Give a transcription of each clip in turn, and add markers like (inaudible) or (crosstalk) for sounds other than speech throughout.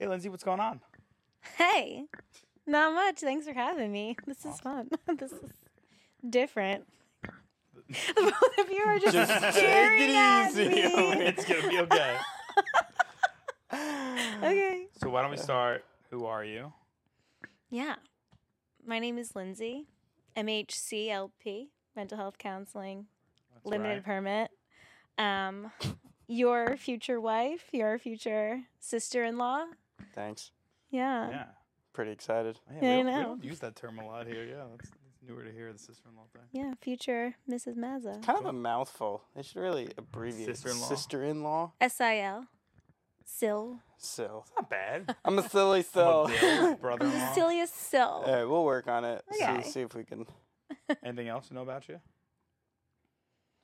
what's going (laughs) on? Hey, not much. Thanks for having me. This is fun. (laughs) this is different. (laughs) the both of you are just, staring (laughs) at me. it's gonna be okay. Okay. So why don't we start? Who are you? Yeah. My name is Lindsay, MHCLP, mental health counseling, That's limited right. permit. Um, your future wife, your future sister in law. Thanks. Yeah. Yeah. Pretty excited. Man, Yeah, we, I don't, we know. don't use that term a lot here. Yeah, that's, that's newer to hear the sister-in-law thing. Yeah, future Mrs. Mazza. Kind of a mouthful. They should really abbreviate Sister-in-law. Sister-in-law. S I L. Sil. (laughs) Sill. Not (laughs) bad. I'm a silly So sill. (laughs) brother-in-law. Silliest Sil. All right, we'll work on it. Okay. See, see if we can. Anything else to know about you?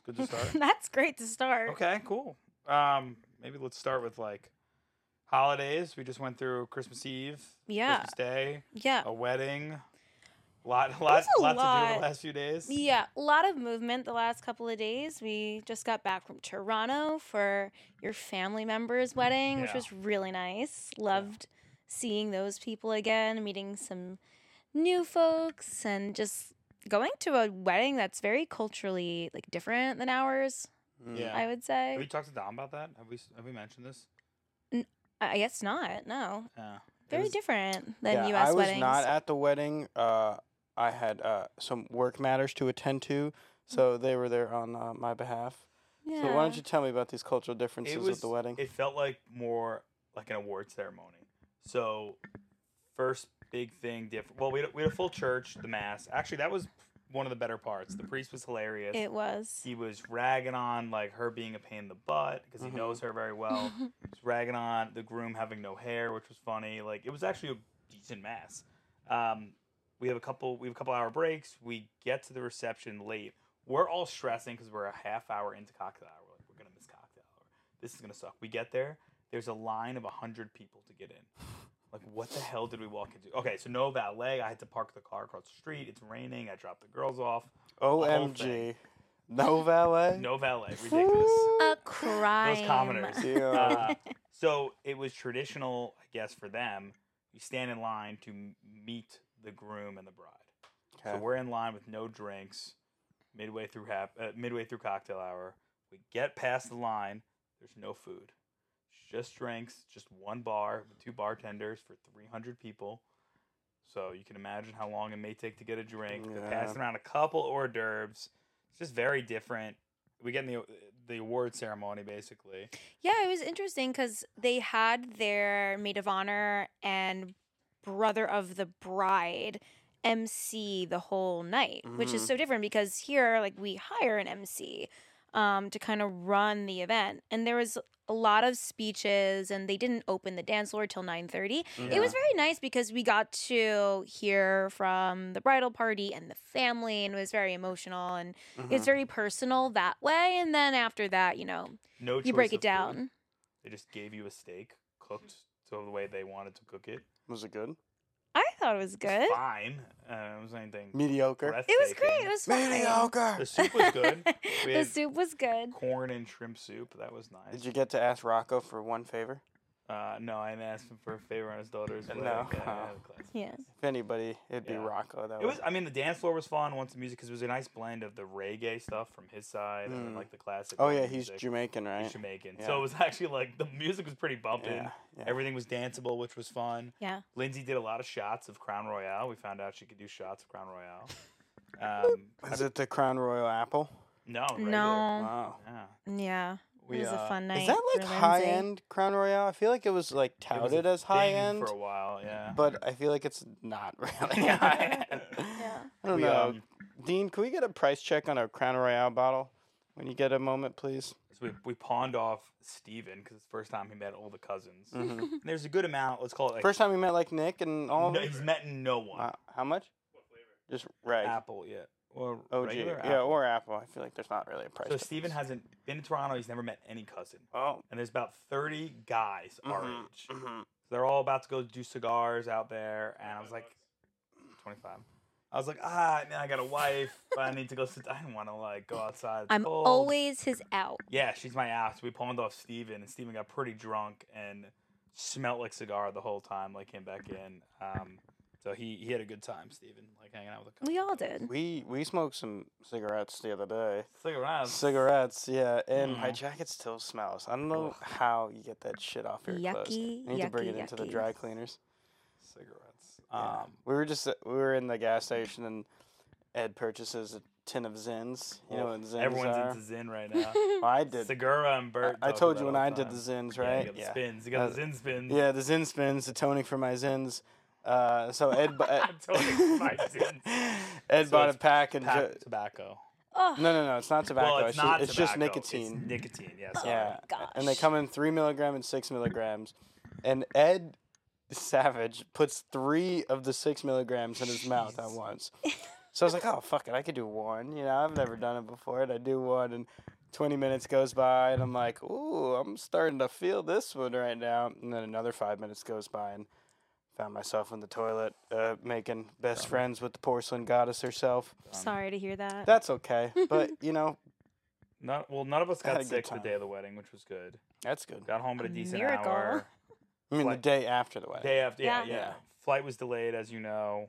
Good to start. (laughs) That's great to start. Okay, cool. Um, maybe let's start with like holidays. We just went through Christmas Eve, Yeah. Christmas Day, Yeah. Oh. a wedding. Lot, lot, a lot, to do lot. over the last few days. Yeah, a lot of movement the last couple of days. We just got back from Toronto for your family member's wedding, which Yeah. was really nice. Loved seeing those people again, meeting some new folks and just going to a wedding that's very culturally like different than ours, Mm. Yeah. I would Have we say. talked to Dom about that? Have we s- have we mentioned this? I I guess not. No. Yeah. It Very was- different than Yeah, US I was weddings. not at the wedding. Uh, I had uh, some work matters to attend to, so they were there on uh, my behalf. Mm. yeah. So why don't you tell me about these cultural differences It with was the wedding? It felt like more like an award ceremony. So first big thing different. Well, we had, we had a full church, the mass. Actually, that was one of the better parts. The priest was hilarious. it was. E he was ragging on like her being a pain in the butt because Mhm. he knows her very well. he was ragging on the groom having no hair, which was funny. Like it was actually a decent mass. Um, we have a couple. We have a couple hour breaks. We get to the reception late. We're all stressing because we're a half hour into cocktail hour. We're like, we're gonna miss cocktail hour. This is gonna suck. We get there. There's a line of hundred people to get in. Like, what the hell did we walk into? Okay, so no valet. I had to park the car across the street. It's raining. I dropped the girls off. OMG. (laughs) No valet? No valet. Ridiculous. (laughs) A crime. those commoners. Yeah. (laughs) (laughs) Uh, so it was traditional, I guess, for them. You stand in line to m- meet the groom and the bride. So Okay. we're in line with no drinks. Midway through hap- uh, midway through cocktail hour, we get past the line. There's no food, just drinks, just one bar with two bartenders for 300 people. So you can imagine how long it may take to get a drink. They're Yeah. passing around a couple hors d'oeuvres. It's just very different. We get in the uh, the award ceremony basically. Yeah, it was interesting because they had their maid of honor and brother of the bride MC the whole night, which is Mhm. so different because here, like, we hire an MC um, to kind of run the event, and there was a lot of speeches, and they didn't open the dance floor till nine thirty. It was very nice because we got to hear from the bridal party and the family, and it was very emotional and Mm-hmm. it's very personal that way. And then after that, you know, No, you choice break of it food. down. They just gave you a steak cooked so the way they wanted to cook it. Was it good? I thought it was It good. was fine. Uh, it was anything. Mediocre. breathtaking. It was great. It was fine. The Mediocre. soup was (laughs) good. We the had soup was good. corn and shrimp soup. That was nice. Did you get to ask Rocco for one favor? Uh, no, I didn't ask him for a favor on his daughter's No. wedding. Yeah, yeah, (laughs) the class. Yeah. If anybody, it'd be Yeah. Rocco. That It was. I mean, the dance floor was fun. Once the music, because it was a nice blend of the reggae stuff from his side and then, Mm. like the classic. Oh yeah, rock he's music. Jamaican, right? He's Jamaican. Yeah. So it was (laughs) actually like the music was pretty bumping. Yeah. yeah. Everything was danceable, which was fun. Yeah. Lindsay did a lot of shots of Crown Royale. We found out she could do shots of Crown Royale. (laughs) Um, Is it the Crown Royal Apple? no, regular. No. Wow. Yeah. Yeah. it was a uh, fun night. Is that for like Lindsay. high end Crown Royale? I feel like it was like it was touted a as high thing end, for a while. Yeah. but I feel like it's not (laughs) (laughs) really high end. Yeah. I don't We, know. um, Dean, can we get a price check on a Crown Royale bottle when you get a moment, please? So we, we pawned off Steven because it's the first time he met all the cousins. (laughs) Mhm. (laughs) And There's a good amount. Let's call it Mm-hmm. like, First time we met like Nick (laughs) and all. of no, them? he's met no one. Wow. How much? Just reg. Apple, yeah. Or OG. regular Yeah, apple. or Apple. I feel like there's not really a price. So Steven difference. hasn't been to Toronto. He's never met any cousin. Oh. And there's about 30 guys our Mhm, age. mhm. They're all about to go do cigars out there, and I was like, twenty-five. I was like, ah, man, I got a wife, but I need to go sit. I don't want to like go outside. It's I'm cold." always his out. yeah, she's my ass. We pawned off Steven, and Steven got pretty drunk, and smelt like cigar the whole time. Like came back in. Um, so he he had a good time, Stephen. Like hanging out with a couple. We all did. We we smoked some cigarettes the other day. cigarettes. Cigarettes, yeah, and my Mm. jacket still smells. I don't know how you get that shit off your clothes. Yucky, I need to bring yucky, it into the yucky. dry cleaners. Cigarettes. Yeah. Um, we were just we were in the gas station and Ed purchases a tin of Zins. You know well, what Zins everyone's are? into Zin right (laughs) now. (laughs) I did. Segura and I, Bert. I talk told you about when it all I did time. the Zins, Yeah, right? you got the spins. You got the Uh, Zin spins. Yeah, the Zin spins, the Tony for my Zins. Uh, so Ed, bu- Ed, Tony for (laughs) my Zins. Ed So bought a it's pack and Pack ju- tobacco. Oh, no, no, no, it's not tobacco. well, it's, not. just, it's just tobacco, it's nicotine. nicotine. Yes. Yeah, sorry. yeah, gosh. and they come in three milligram and six milligrams, and Ed Savage puts three of the six milligrams in his mouth at Jeez. once. So I was like, oh fuck it, I could do one. You know, I've never done it before, and I do one, and twenty minutes goes by, and I'm like, ooh, I'm starting to feel this one right now. And then another five minutes goes by, and found myself in the toilet uh, making best friends with the porcelain goddess herself. Um, sorry to hear that. That's okay, but you know, Not well. None of us Had got a good sick the time. day of the wedding, which was good. that's good. Got home at a, A decent miracle. hour. I mean, the What? day after the wedding. Day after, yeah, yeah, Yeah. Yeah. Flight was delayed, as you know.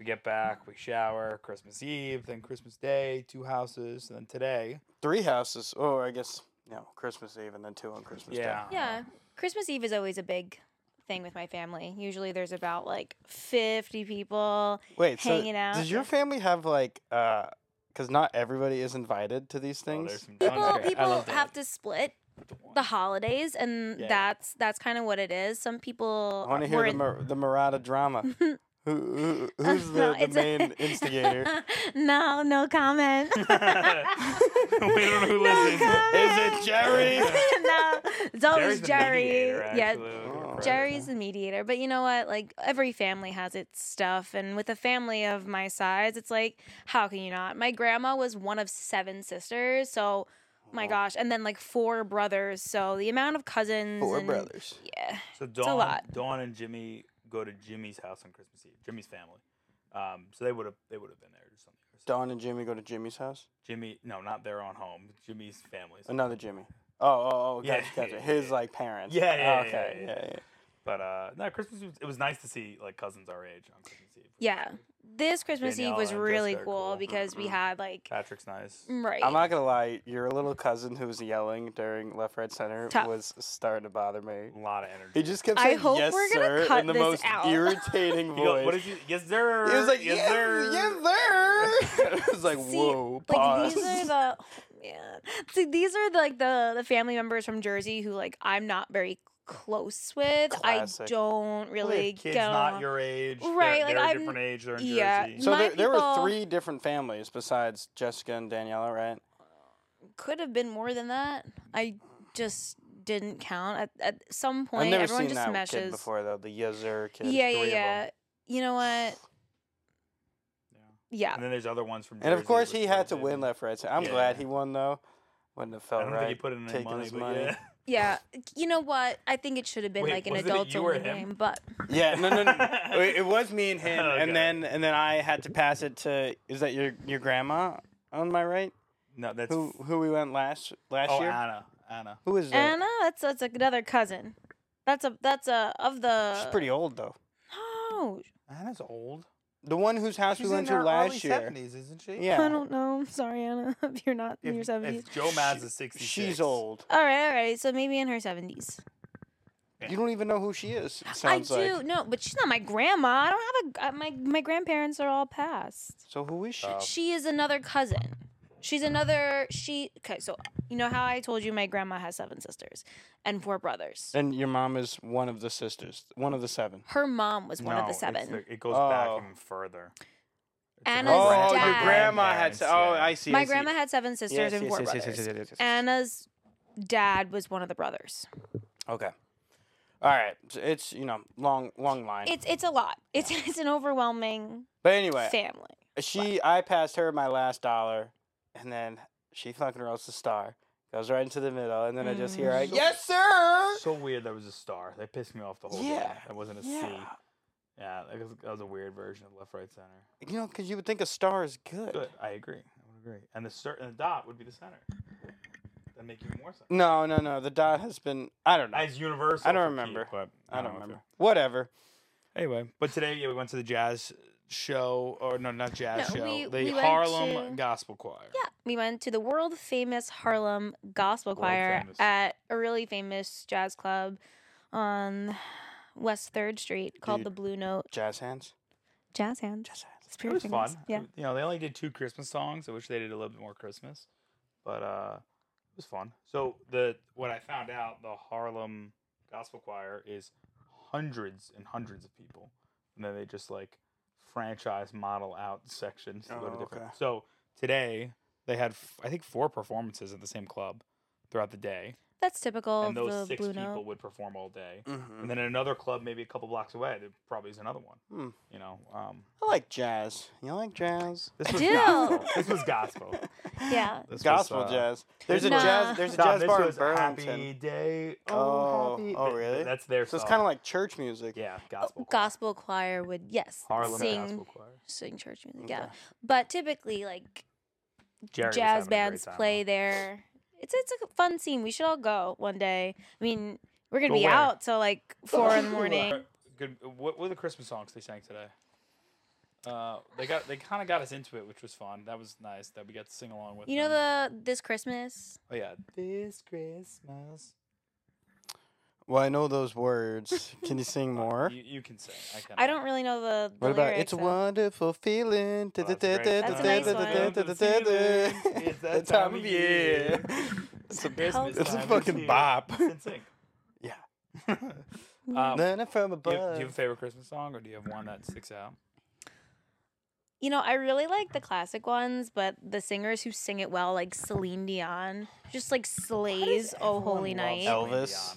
We get back, we shower. Christmas Eve, then Christmas Day, two houses, and then today. three houses. Oh, I guess no, Christmas Eve and then two on Christmas Yeah. Oh, Day. yeah, Christmas Eve is always a big thing with my family. Usually there's about like 50 people. Wait, so Hanging out. does your family have like uh cuz not everybody is invited to these Oh, things? there's some People fun- okay, I people love that. have to (laughs) split the holidays and Yeah. that's that's kind of what it is. Some people I want to were hear the in- Mar- the (laughs) Murata drama. who, who, who's No, the, the it's a- (laughs) main instigator? no, no comment. (laughs) (laughs) we don't know who listens. Is (laughs) it Jerry? (laughs) no, it's always the Jerry. mediator, yeah, actually, with your Oh. friends. Jerry's the mediator, but you know what? Like every family has its stuff, and with a family of my size, it's like, how can you not? My grandma was one of seven sisters, so my gosh, and then like four brothers, so the amount of cousins. Four and- brothers. Yeah, So Dawn, a lot. Dawn and Jimmy go to Jimmy's house on Christmas Eve. Jimmy's family. Um, so they would have they would have been there or something. Or something. Don and Jimmy go to Jimmy's house. Jimmy, no, not their own home. Jimmy's family's. Another Jimmy. Oh, oh, oh, Yeah, gotcha, gotcha. yeah, His yeah. like parents. Yeah, yeah, yeah, okay, yeah, yeah. But uh, no, Christmas Eve, it was nice to see like cousins our age on Christmas Eve. yeah. This Christmas Danielle Eve was and really Jessica are cool, cool. Mm-hmm. because we had like Patrick's nice. right. I'm not gonna lie. Your little cousin who was yelling during left, right, center Tough. was starting to bother me. A lot of energy. Mm. He just kept I saying hope yes, we're gonna sir, cut in the this most out. (laughs) irritating He go, voice. what did you? Yes, sir. he was like, yes, yes, sir. yes, (laughs) sir. I was like, See, whoa, like pause. these are the (laughs) yeah. See, these are like the the family members from Jersey who like I'm not very close with. I Classic. don't really Kids go. not your age. They're- Right, They're, like, a I'm- different age. They're in yeah. Jersey. (laughs) so my there, there were people- three different families besides Jessica and Daniela, right? Could have been more than that. I just didn't count. At, at some point, I've never everyone seen just that meshes. kid before, though. The yes, sir kid. yeah, Three yeah, of yeah. them. You know (sighs) what? Yeah. And then there's other ones from. And of Jersey course, with he had friends to in. win left, right, center. I'm Yeah. glad he won, though. Wouldn't have I felt don't right. think he put in any taking money, his but money. yeah. (laughs) Yeah. You know what? I think it should have been Wait, like an wasn't it adult you or only him? game, but Yeah, no, no, no. (laughs) It it was me and him, Okay. and then and then I had to pass it to. Is that your your grandma on my right? No, that's Who who we went last last oh year? Anna, Anna. Who is that? Anna, that's that's another cousin. That's a that's a of the. She's pretty old though. (gasps) No, Anna's old. The one whose house we went to last year. isn't she? I Yeah, don't know. Sorry, Anna, (laughs) if you're not in your If, seventies. if Joe Maz is 66. she's old. All right, all right. So maybe in her seventies. You don't even know who she is. It I sounds do like. no, but she's not my grandma. I don't have a uh, my my grandparents are all passed. So who is she? Oh. She is another cousin. She's another she. Okay, so you know how I told you my grandma has seven sisters and four brothers. and your mom is one of the sisters, one of the seven. Her mom was one no, of the it's seven. it goes back Oh. even further. It's her Anna's Oh, grand- dad. your grandma had. grandparents, se- oh, yeah. I see. I my see. grandma had seven sisters Yes, and yes, four yes, yes, brothers. yes, yes, yes, yes. Anna's dad was one of the brothers. Okay. All right. So It's you know long long line. It's it's a lot. It's (laughs) it's an overwhelming but anyway, family. She, I passed her my last dollar, and then she fucking rolls the star. Goes right into the middle, and then I just hear, I, Mm-hmm. So- "Yes, sir." So weird that was a star. That pissed me off the whole Yeah, game. That wasn't a C. Yeah. Yeah, that was, that was a weird version of left, right, center. You know, because you would think a star is good. Good. I agree. I would agree. And the cer- and the dot would be the center. and make even more sense. No, no, no. The dot has been. I don't know. I, As universal. I don't for remember. but don't know if it- remember. Whatever. Anyway, but today yeah, we went to the jazz show, or no, not jazz No, show, we- the we went Harlem to- Gospel Choir. Yeah, we went to the world famous Harlem Gospel World Choir famous. at a really famous jazz club on West Third Street called Dude. the Blue Note Jazz hands. Jazz Hands. Jazz hands. It's It pretty was famous. fun. Yeah, You know, they only did two Christmas songs. I wish they did a little bit more Christmas, but uh, it was fun. So the what I found out, the Harlem Gospel Choir is hundreds and hundreds of people, and then they just like franchise model out sections to go to Oh, different. okay. So today they had f- I think four performances at the same club throughout the day, that's typical and those of the six Blue people Note. would perform all day. hmm And then another club, maybe a couple blocks away, there probably is another one. Hmm. You know, um, I like jazz. You like jazz? this was do. gospel. this was gospel. Yeah, This was, Gospel uh, jazz. There's a Nah. jazz. (laughs) There's a Dom, jazz this bar in was Burlington. Happy day. Oh, Oh, happy. oh, Th- really? th- That's their So it's song. kind of like Oh, church music. yeah, gospel. choir. gospel choir would yes Harlem sing gospel choir. sing church music. Yeah, Okay. but typically like Jerry was having a jazz great bands time, play huh? there. It's it's a fun scene. We should all go one day. I mean, we're gonna Go be where? out till like (laughs) four in the morning. Good. What were the Christmas songs they sang today? Uh, they got they kind of got us into it, which was fun. That was nice that we got to sing along with. You know them. the this Christmas. oh yeah, this Christmas. Well, I know those words. Can you sing more? You, you can sing. I, can I don't really know the. the What about lyrics it's a of- wonderful feeling? Oh, that's a great That's a song. nice one. It's that time of year. It's a, Christmas it's a time is fucking here. bop. It's in sync. (laughs) Yeah. Um, do, Learning from you, do you have a above. favorite Christmas song, or do you have one that sticks out? You know, I really like the classic ones, but the singers who sing it well, like Celine Dion, just like slays "Oh Holy Night." Elvis?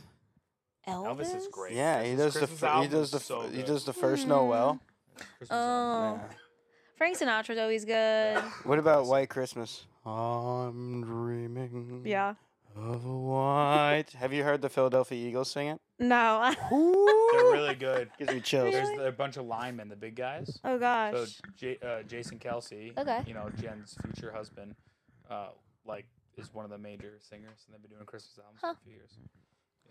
Elvis? Elvis is great. Yeah, he His does the Christmas fir- he album does is the so f- he good. does the first Noel. Christmas album. Mm, Oh, Yeah. Frank Sinatra's always good. What about White Christmas? I'm dreaming. Yeah. Of a white. have you heard the Philadelphia Eagles sing it? (laughs) No. Um, They're really good. Gives me chills. There's a bunch of linemen, the big guys. (laughs) oh gosh. So J- uh, Jason Kelsey, Okay. you know Jen's future husband, uh, like is one of the major singers, and they've been doing Christmas albums Huh. for a few years.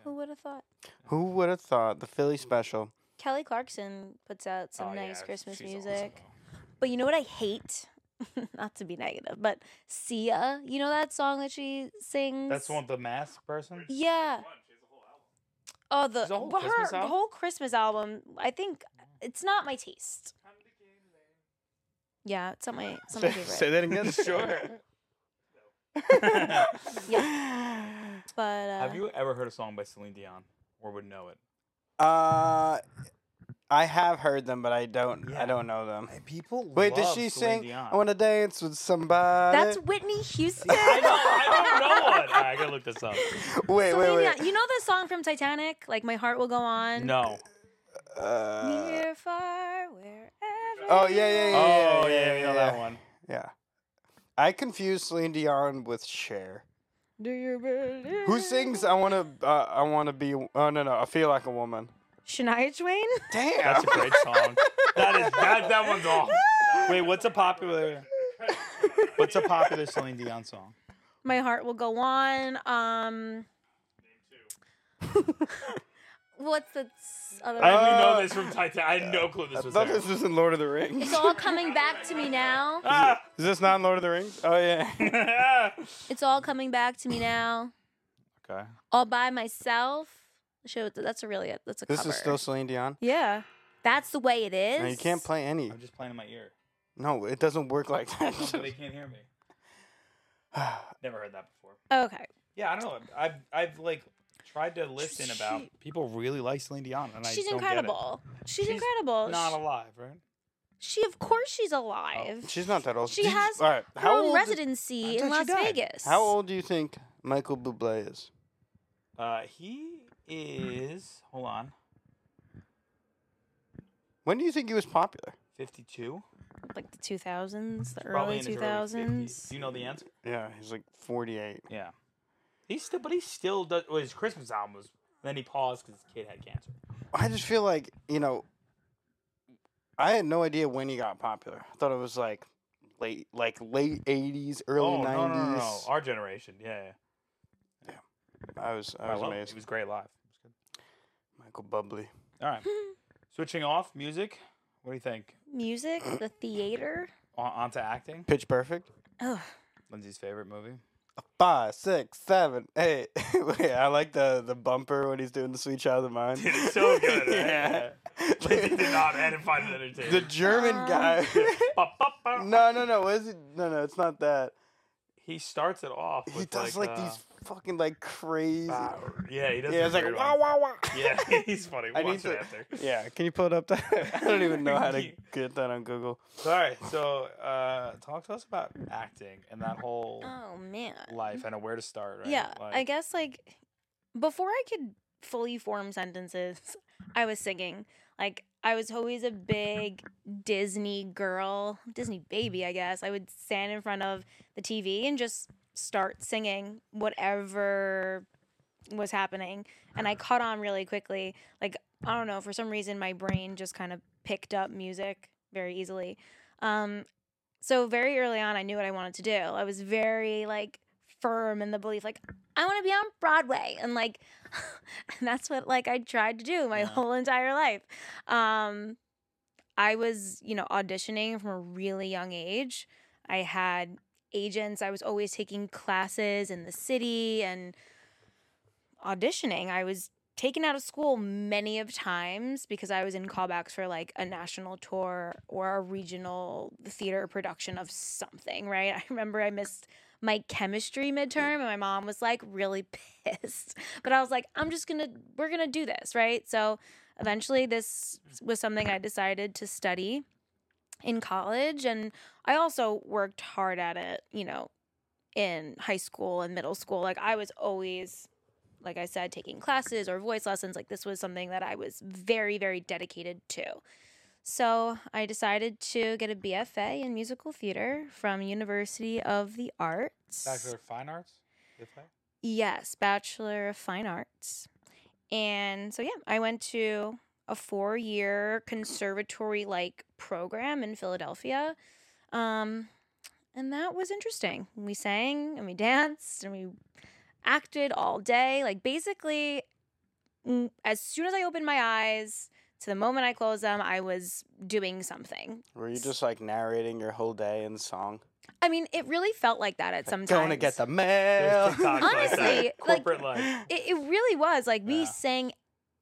Who would have thought? Who would have thought the Philly special? Kelly Clarkson puts out some Oh, yeah, nice she's Christmas awesome, music. though. But you know what I hate? (laughs) Not to be negative, but Sia, you know that song that she sings? That's the one with the mask (laughs) person. (laughs) Yeah. Oh, the There's a whole but Christmas her album? whole Christmas album. I think it's not my taste. Yeah, it's not my, it's not my favorite. that (laughs) again. But uh, Have you ever heard a song by Celine Dion or would know it? Uh, I have heard them, but I don't. I Yeah. don't know them. People Wait, does she sing? I want to dance with somebody. that's Whitney Houston. I don't, I don't (laughs) know it. All right, I gotta look this up. wait, So wait, maybe wait. not- You know the song from Titanic, like "My Heart Will Go On." No. Uh, Near, far, wherever. Oh, yeah, you yeah, are. yeah, oh yeah, yeah, we know yeah. that one. yeah, I confuse Celine Dion with Cher. Do you believe? Who sings? I want to. Uh, I want to be. Oh no, no. I feel like a woman. Shania Twain. Damn. That's (laughs) a great song. That is that that one's off. Wait, what's a popular? What's a popular Celine Dion song? My heart will go on. Um. (laughs) What's the s- other? I one? only know this from Titan. I had no clue I this was thought there. this was in Lord of the Rings. It's all coming back to me now. (laughs) Ah! Is this not in Lord of the Rings? (laughs) Oh yeah. okay. It's all coming back to me now. All by myself. Shit, that's a really that's a. (laughs) This cover. is still Celine Dion. Yeah, that's the way it is. No, you can't play any. I'm just playing in my ear. No, it doesn't (laughs) work like So they that. can't hear me. Never heard that before. Okay. Yeah, I don't know. I've I've like tried to listen about She- people really like Celine Dion, and I She's don't incredible. Oh, She's, She's incredible. Get it. Not She- alive, right? she, of course, she's alive. (sighs) She's not that old. She Did you- has all right. Her How own old? residency I thought in Las she died. Vegas. How old do you think Michael Bublé is? Uh, he is. Hold on. When do you think he was popular? 52. Like the 2000s, the Probably early in his early 50s. 2000s. Do you know the answer? Yeah, he's like 48. Yeah. He still, but he still does. Well, his Christmas album was. Then he paused because his kid had cancer. I just feel like, you know, I had no idea when he got popular. I thought it was like late like late 80s, early oh 90s. no, no no no! Our generation, yeah. yeah. I was I I was love it. amazed. It was great live. It was good. Michael Bubbly. All right. (laughs) Switching off music. What do you think? Music, the theater. On, on to acting. Pitch Perfect. Oh, Lindsay's favorite movie. Five, six, seven, eight. (laughs) Wait, I like the the bumper when he's doing the Sweet Child of Mine. Dude, (laughs) it's so good. (laughs) right? (laughs) yeah. (laughs) Lindsay did (laughs) not edit find it entertaining. (laughs) The German guy. Ba, ba, ba. (laughs) no, no, no. What is it? No, no, it's not that. He starts it off. With He does like, like, uh, these fucking like crazy. bow. (laughs) Yeah, (laughs) he does. yeah, the it's like weird wow, ones. wow, wow. Yeah, (laughs) he's funny. I We'll watch need it to- after. (laughs) Yeah, can you pull it up? (laughs) There? I don't even know how to You- get that on Google. So, all right, so uh, talk to us about acting and that whole oh man. life and where to start. Right? Yeah, like, I guess like before I could fully form sentences, (laughs) I was singing. Like I was always a big Disney girl, Disney baby, I guess. I would stand in front of the TV and just start singing whatever was happening, and I caught on really quickly. Like I don't know, for some reason my brain just kind of picked up music very easily. Um so very early on I knew what I wanted to do. I was very like firm in the belief like I want to be on Broadway and like (laughs) and that's what like I tried to do my Yeah. whole entire life. Um I was, you know, auditioning from a really young age. I had agents. I was always taking classes in the city and auditioning. I was taken out of school many of times because I was in callbacks for like a national tour or a regional theater production of something, right? (laughs) I remember I missed my chemistry midterm and my mom was like really pissed. (laughs) But I was like, I'm just gonna, we're gonna do this, right? So eventually this was something I decided to study in college. And I also worked hard at it, you know, in high school and middle school. Like I was always like I said, taking classes or voice lessons. Like this was something that I was very, very dedicated to. So I decided to get a BFA in musical theater from University of the Arts. Bachelor of Fine Arts. If I- Yes, Bachelor of Fine Arts. And so, yeah, I went to a four year conservatory like program in Philadelphia. Um, and that was interesting. We sang and we danced and we acted all day. Like, basically, mm, as soon as I opened my eyes to the moment I closed them, I was doing something. Were you just like narrating your whole day in song? I mean, it really felt like that at some Like, time. Going to get the There's mail. TikToks like Honestly, that. (laughs) like- corporate life. it, it really was like we Yeah. sang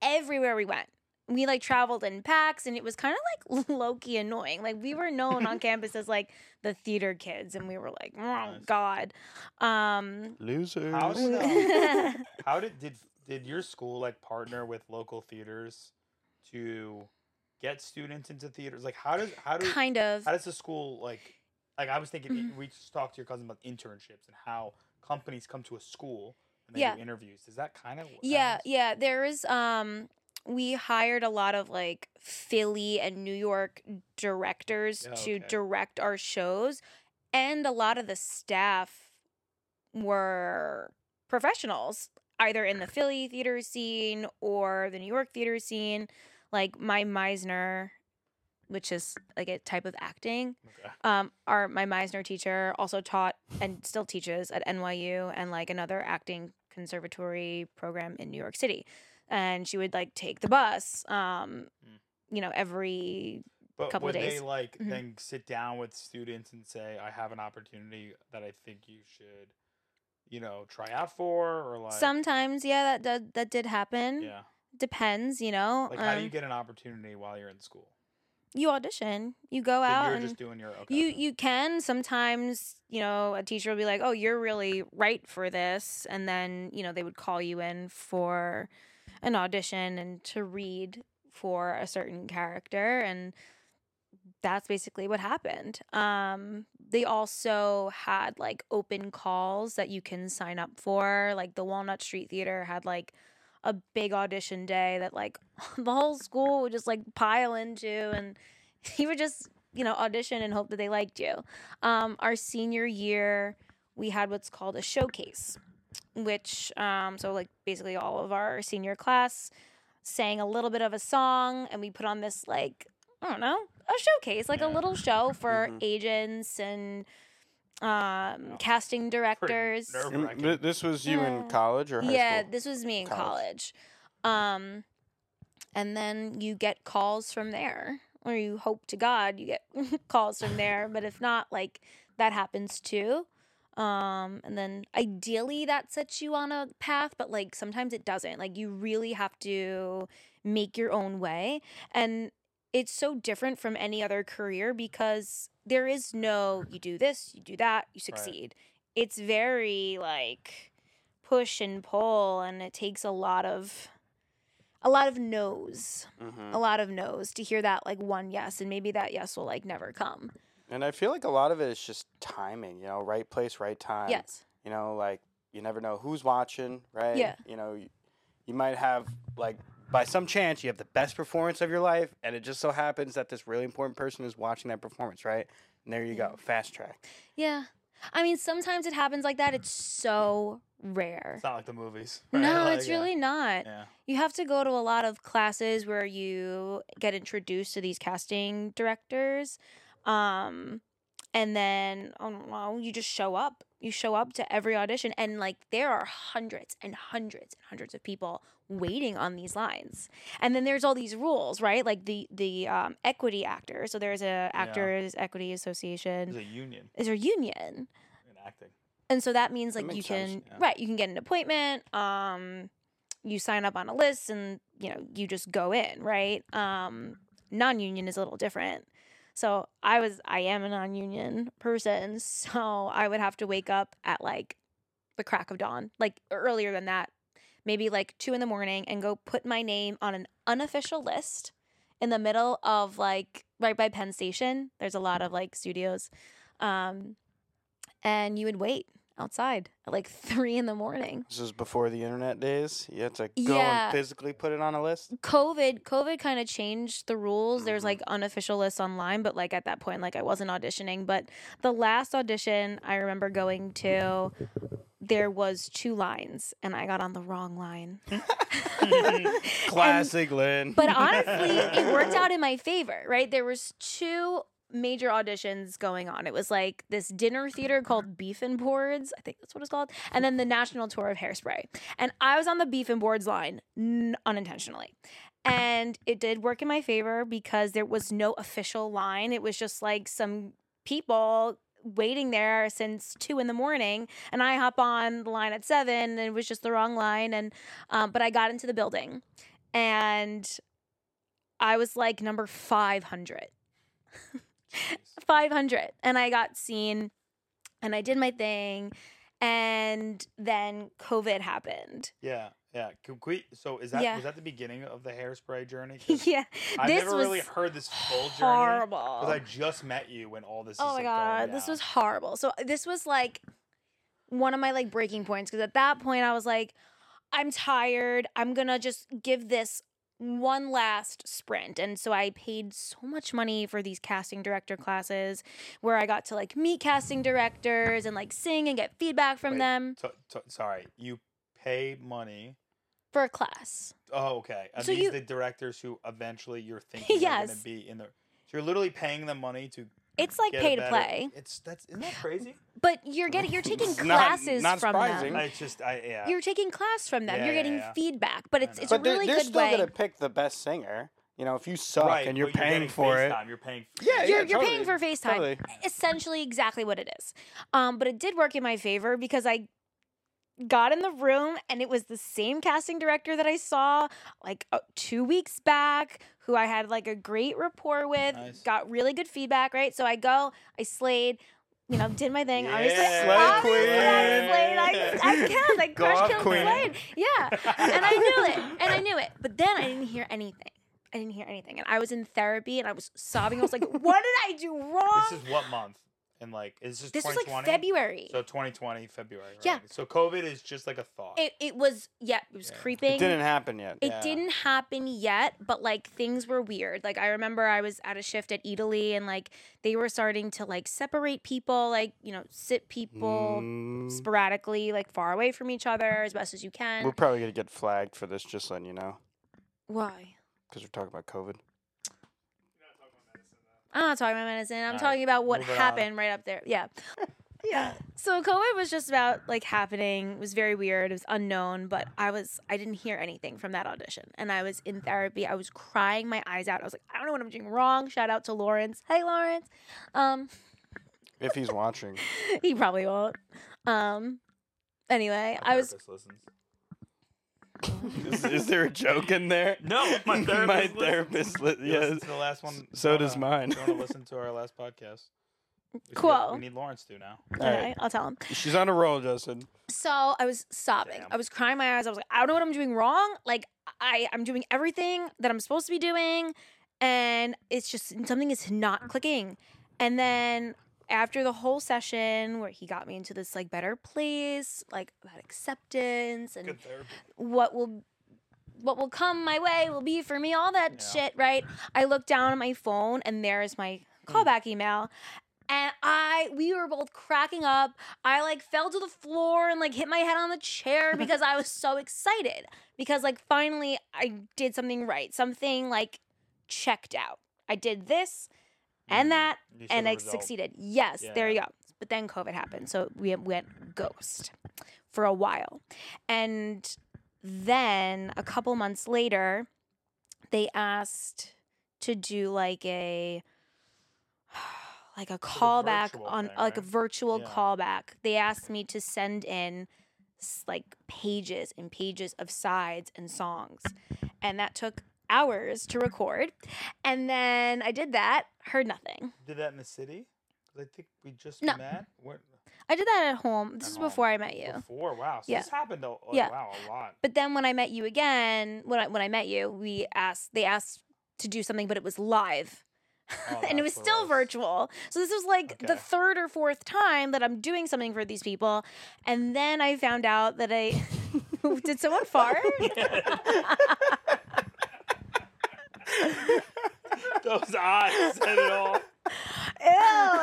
everywhere we went we like traveled in packs and it was kind of like (laughs) low-key annoying like we were (laughs) known on campus as like the theater kids and we were like oh Nice. god um Losers. How (laughs) did, Yeah. um, how did did did your school like partner with local theaters to get students into theaters? Like, how does how do kind of how does the school like like I was thinking Mhm. we just talked to your cousin about internships and how companies come to a school and they Yeah. do interviews. Does that kind of yeah yeah there is um we hired a lot of like philly and new york directors Oh, to okay. direct our shows and a lot of the staff were professionals (laughs) either in the philly theater scene or the new york theater scene like my meisner which is like a type of acting Okay. um, our my Meisner teacher also taught and still teaches at NYU and like another acting conservatory program in New York City, and she would like take the bus. Um, Mm. you know, every But couple would of they days. like Mhm. then sit down with students and say, "I have an opportunity that I think you should, you know, try out for," or like sometimes yeah that that, that did happen. yeah, Depends, you know. like how do you um, get an opportunity while you're in school? you audition, you go So out you're and just doing your okay. You you can sometimes, you know, a teacher will be like, "Oh, you're really right for this." And then, you know, they would call you in for an audition and to read for a certain character and that's basically what happened. Um they also had like open calls that you can sign up for. Like the Walnut Street Theater had like a big audition day that like (laughs) the whole school would just like pile into and (laughs) you would just you know audition and hope that they liked you um, our senior year we had what's called a showcase which um, so like basically all of our senior class sang a little bit of a song and we put on this like i don't know a showcase like a Yeah. Mm-hmm. little show for Mhm. agents and um, Wow. casting directors. nerve- Mm, Bracket. th- this was you Yeah. in college or high Yeah, school? this was me in college. College. Um, and then you get calls from there, or you hope to God you get (laughs) calls from there. But if not, like that happens too. Um, and then ideally that sets you on a path, but like sometimes it doesn't. Like you really have to make your own way. And it's so different from any other career because there is no you do this, you do that, you succeed. It's very like push and pull and it takes a lot of a lot of no's. Mhm. A lot of no's to hear that like one yes and maybe that yes will like never come. And I feel like a lot of it is just timing, you know, right place, right time. yes. You know, like you never know who's watching, right? Yeah. You know, you, you might have like by some chance you have the best performance of your life, and it just so happens that this really important person is watching that performance, right? And there you go, fast track. Yeah. I mean sometimes it happens like that. It's so rare. It's not like the movies. (laughs) right? No, Like, it's yeah. really not. Yeah. you have to go to a lot of classes where you get introduced to these casting directors um and then i don't know you just show up you show up to every audition and like there are hundreds and hundreds and hundreds of people waiting on these lines and then there's all these rules right like the the um, equity actor so there's a actors equity There's association a union is there union in acting. (laughs) and so that means That like you makes can sense, yeah. right, you can get an appointment. Um, you sign up on a list, and you know you just go in, right? Um, non-union is a little different. So I was, I am a non-union person, (laughs) so I would have to wake up at like the crack of dawn, like earlier than that, maybe like two in the morning, and go put my name on an unofficial list in the middle of like right by Penn Station. There's a lot of like studios. Um, and you would wait outside at like (laughs) three in the morning. This is before the internet days. You had to go Yeah. and physically put it on a list. COVID, COVID kind of changed the rules. There's Mhm. like unofficial lists online, but like at that point, like I wasn't auditioning. But the last audition I remember going to, there was two lines, and I got on the wrong line. (laughs) Classic Lynn. (laughs) But honestly, it worked out in my favor, right? There was two major auditions going on. It was like this dinner theater called Beef and Boards, I think that's what it's called, and then the national tour of Hairspray. And I was on the Beef and Boards line n- unintentionally. And it did work in my favor because there was no official line. It was just like some people waiting there since two in the morning and i hop on the line at seven and it was just the wrong line and um, but i got into the building and I was like number 500. 500. And I got seen and I did my thing. And then COVID happened. (laughs) Yeah. Yeah. Can we- so is that Yeah. was that the beginning of the hairspray (laughs) journey? 'Cause yeah. I've this never was really heard this full journey. horrible. Because I just met you when all this. oh is my like, going god this down. was horrible so uh, this was like one of my like breaking points because at that point i was like i'm tired i'm gonna just give this one last sprint and so i paid so much money for these casting director classes where i got to like meet casting directors and like sing and get feedback from Wait. them So- so- sorry, you pay money. for a class Oh, okay. Are So these you- the directors who eventually (laughs) you're thinking are going Yes. to be in the? So you're literally paying them money to. it's like get a pay to better- play It's that's isn't (laughs) that crazy? but you're (laughs) getting you're taking Not- classes not from surprising. them I just I yeah. you're taking class from them Yeah, you're yeah, getting yeah. feedback but it's know. it's But a they're- really they're good still way gonna pick the best singer. You know, if you suck right, and you're but paying getting for it. FaceTime, You're paying. Yeah, you're, yeah, you're paying for totally, FaceTime. totally. Essentially, exactly what it is. Um, but it did work in my favor because I got in the room and it was the same casting director that I saw like uh, two weeks back, who I had like a great rapport with, Nice. got really good feedback, right? So I go, I slayed. You know, did my thing. Obviously, Yeah. Slay obviously queen. (laughs) I slayed. I, I killed. I Go crushed, off, killed, queen. slayed. Yeah and I knew it, and I knew it. But then I didn't hear anything. I didn't hear anything, and I was in therapy, and I was sobbing. I was (laughs) like, "What did I do wrong?" This is what month? And like, is this This was 2020? like February. So 2020 February. Right? Yeah. So COVID is just like a thought. it, it was yeah, it was Yeah. creeping. It didn't happen yet. It Yeah. didn't happen yet, but like things were weird. Like I remember I was at a shift at Italy, and like they were starting to like separate people, like you know, sit people Mm, sporadically, like far away from each other as best as you can. we're probably gonna get flagged for this, just letting you know, Why? because we're talking about COVID. I'm not talking about medicine. I'm All right, talking about what moving on. (laughs) happened right up there. Yeah. yeah. So COVID was just about like happening. It was very weird. It was unknown, but I was I didn't hear anything from that audition. And I was in therapy. I was crying my eyes out. I was like, I don't know what I'm doing wrong. Shout out to Lawrence. Hey Lawrence. Um (laughs) If he's watching, he probably won't. Um anyway, I was Therapist listens. (laughs) is, is there a joke (laughs) in there? No, my therapist. (laughs) my listens. therapist. Li- You listened yes. to the last one. S- so Jonah- does mine. Jonah listened to our last podcast. We should get- Cool. We need Lawrence to now. All right. okay, I'll tell him. She's on a (laughs) roll, Justin. So I was sobbing. Damn. I was crying my eyes. I was like, I don't know what I'm doing wrong. Like I, I'm doing everything that I'm supposed to be doing, and it's just something is not clicking. And then after the whole session where he got me into this like better place, like about acceptance and Good therapy. what will what will come my way will be for me all that Yeah. shit right i look down at my phone and there is my callback email and i we were both cracking up i like fell to the floor and like hit my head on the chair because i was so excited because like finally i did something right something like checked out i did this and that You see and the I result. succeeded. Yes, there you Yeah. go. But then COVID happened, so we went ghost for a while, and then a couple months later, they asked to do like a (sighs) like a callback virtual on thing, like a right? virtual Yeah. callback. They asked me to send in s- like pages and pages of sides and songs, and that took hours to record. And then I did that, heard nothing. Did that in the city? 'Cause I think we just No. met. What? I did that at home. This At is home. before I met you. Before. Wow. So Yeah. this happened. A, oh, Yeah. Wow. A (laughs) lot. But then when I met you again, when I when I met you, we asked they asked to do something, but it was live. Oh, and it was that's what it still was. virtual. So this was like the Okay. third or fourth time that I'm doing something for these people. And then I found out that (laughs) I did someone fart? (laughs) Those eyes said it all. Ew. (laughs) oh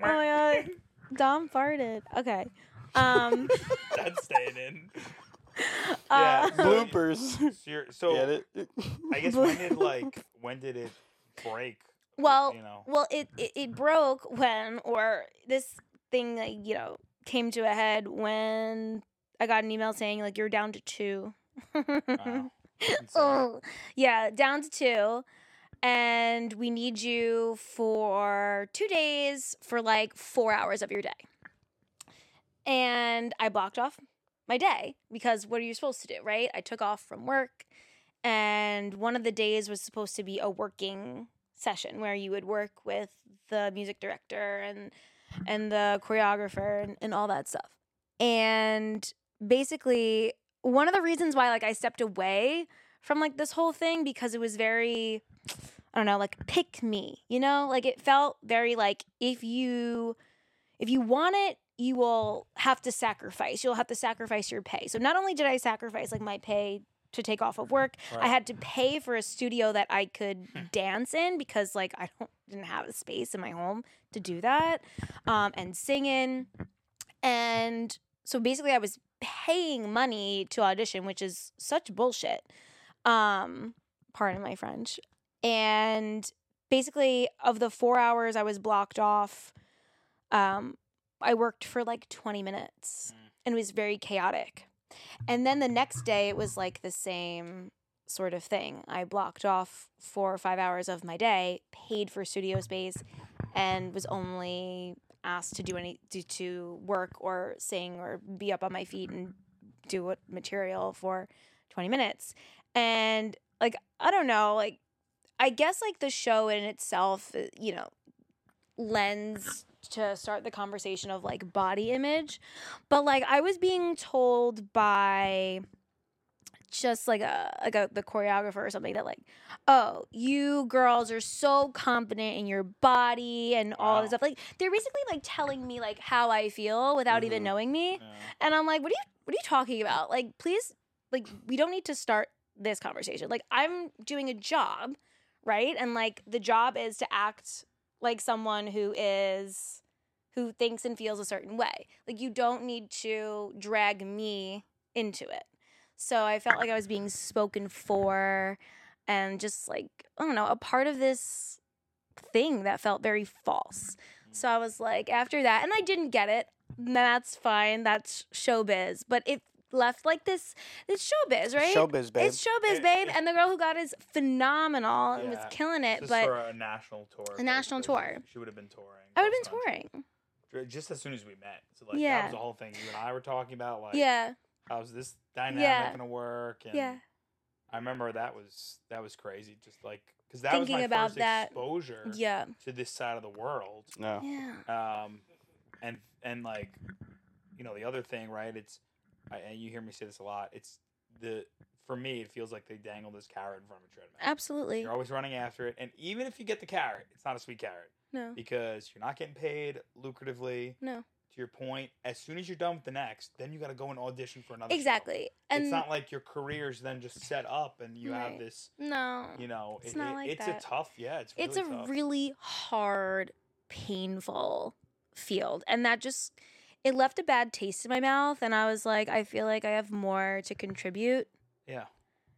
my god. Dom farted. Okay. Um That's staying in. uh, (laughs) Yeah. Bloopers. So, you're, so (laughs) Get (laughs) it? I guess when did like when did it break? (laughs) Well, you (laughs) know. Well, it, it it broke when, or this thing, like, you know, came to a head when I got an email saying like you're down to two. (laughs) Wow. Insane. oh, yeah, down to two, and we need you for two days for like four hours of your day. And I blocked off my day because what are you supposed to do, right? I took off from work, and one of the days was supposed to be a working session where you would work with the music director and and the choreographer and, and all that stuff. And basically one of the reasons why like I stepped away from like this whole thing because it was very I don't know, like pick me, you know? Like it felt very like if you if you want it, you will have to sacrifice. You'll have to sacrifice your pay. So not only did I sacrifice like my pay to take off of work, I Right. had to pay for a studio that I could dance in because like I don't didn't have a space in my home to do that um, and sing in. And so basically, I was paying money to audition, which is such bullshit. Um, pardon my French. And basically, of the four hours I was blocked off, um, I worked for like 20 minutes Mm. and it was very chaotic. And then the next day, it was like the same sort of thing. I blocked off four or five hours of my day, paid for studio space, and was only asked to do any do to work or sing or be up on my feet and do what material for 20 minutes. And like I don't know, like I guess like the show in itself, uh, you know, lends to start the conversation of like body image. But like I was being told by just like a like a the choreographer or something that like, oh, you girls are so confident in your body and all Wow. this stuff. Like they're basically like telling me like how I feel without even Mhm. knowing me. Yeah. And I'm like, what are you what are you talking about? Like, please, like, we don't need to start this conversation. Like, I'm doing a job, right? And like the job is to act like someone who is who thinks and feels a certain way. Like you don't need to drag me into it. So I felt like I was being spoken for and just like, I don't know, a part of this thing that felt very false. So I was like, after that, and I didn't get it. That's fine. That's showbiz. But it left like this. It's showbiz, right? Showbiz, babe. It's showbiz, It- babe. it- And the girl who got it is phenomenal and was Yeah. killing This it. is Eh, But for a national tour. A national basically. tour. She would have been touring. I would cross have been country. Ju- touring. Just as soon as we met. So like that Yeah. was the whole thing. You and I were talking about like Yeah. how's this dynamic Yeah. gonna work? And Yeah. I remember that was that was crazy. Just like because that was Thinking my about first that. exposure Yeah. to this side of the world. No. Yeah. Um, and and like you know the other thing, right? It's I, and you hear me say this a lot. It's the for me it feels like they dangle this carrot in front of a treadmill. Absolutely. You're always running after it, and even if you get the carrot, it's not a sweet carrot No. because you're not getting paid lucratively. No. To your point, as soon as you're done with the next, then you got to go and audition for another. show. Exactly. And it's not like your career's then just set up and you have Right. this. no. You know, It's not like it's that. a tough. Yeah, it's really it's a tough. really hard, painful field. And that just it left a bad taste in my mouth and I was like, I feel like I have more to contribute yeah,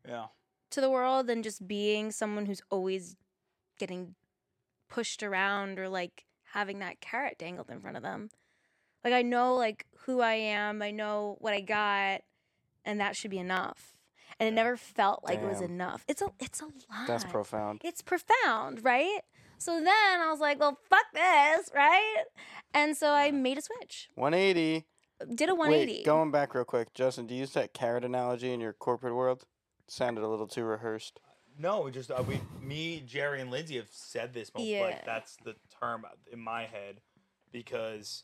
yeah. to the world than just being someone who's always getting pushed around or like having that carrot dangled in front of them. Like I know like who I am, I know what I got, and that should be enough. And it Yeah. never felt like it was Damn. enough. It's a it's a lot. That's profound. It's profound, right? So then I was like, well, fuck this, right? And so I Yeah. made a switch, 180. did a 180. Wait, going back real quick, Justin, do you use that carrot analogy in your corporate world? Sounded a little too rehearsed. No, just uh, we, me, Jerry, and Lindsay have said this. Most, Yeah. Like that's the term uh, in my head because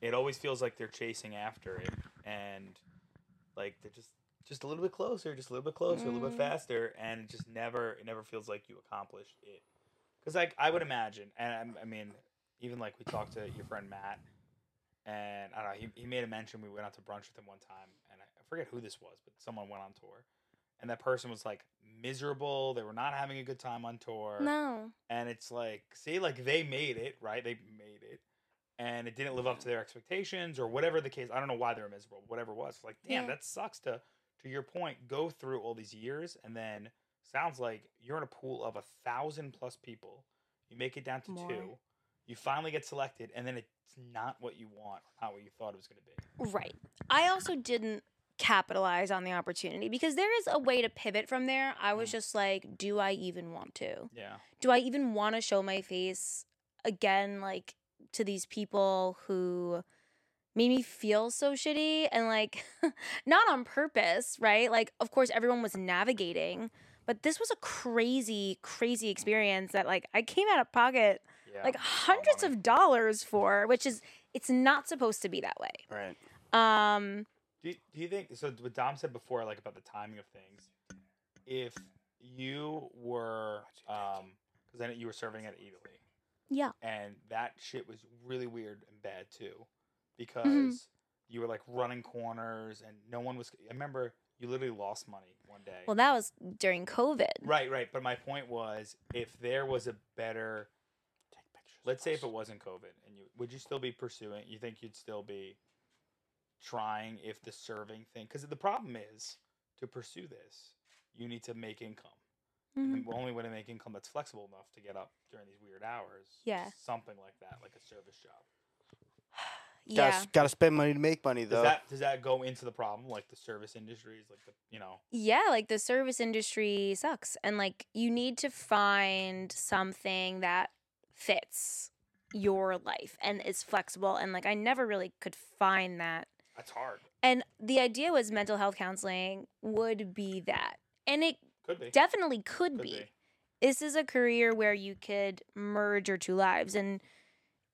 it always feels like they're chasing after it, and like they're just just a little bit closer, just a little bit closer, a little bit Mm. faster, and it just never it never feels like you accomplished it. Because like I would imagine, and I'm- I, I mean, even like we talked to your friend Matt, and I don't know, he, he made a mention. We went out to brunch with him one time, and I I forget who this was, but someone went on tour, and that person was like miserable. They were not having a good time on tour, no. and it's like, see, like they made it, right? They made it, and it didn't live up to Mm-hmm. their expectations or whatever the case. I don't know why they were miserable, whatever it was. Like, damn, Yeah. that sucks. To to your point, go through all these years, and then sounds like you're in a pool of a thousand plus people. You make it down to More. two. You finally get selected, and then it's not what you want, or not what you thought it was going to be. Right. I also didn't capitalize on the opportunity because there is a way to pivot from there. I was Mm. just like, do I even want to? Yeah. Do I even want to show my face again, like to these people who made me feel so shitty and like (laughs) not on purpose, right? Like, of course, everyone was navigating, but this was a crazy, crazy experience that like I came out of pocket Yeah. like hundreds money. of dollars for, which is it's not supposed to be that way. Right. Um, Do you, do you think so? What Dom said before, like about the timing of things, if you were, um, because then you were serving at Italy, yeah, and that shit was really weird and bad too, Mm-hmm. because you were like running corners and no one was. I remember you literally lost money one day. well, that was during COVID. right, right. But my point was, if there was a better, Take pictures. let's say if it wasn't COVID, and you would you still be pursuing? You think you'd still be trying if the serving thing? Because the problem is to pursue this, you need to make income. Mhm. And the only way to make income that's flexible enough to get up during these weird hours, is Yeah. something like that, like a service job. Yeah, Gotta, gotta spend money to make money, Does though. that does that go into the problem, like the service industries, like the you know? yeah, like the service industry sucks, and like you need to find something that fits your life and is flexible. And like I never really could find that That's hard. And the idea was mental health counseling would be that. And it Could be. definitely could, Could be. This is a career where you could merge your two lives and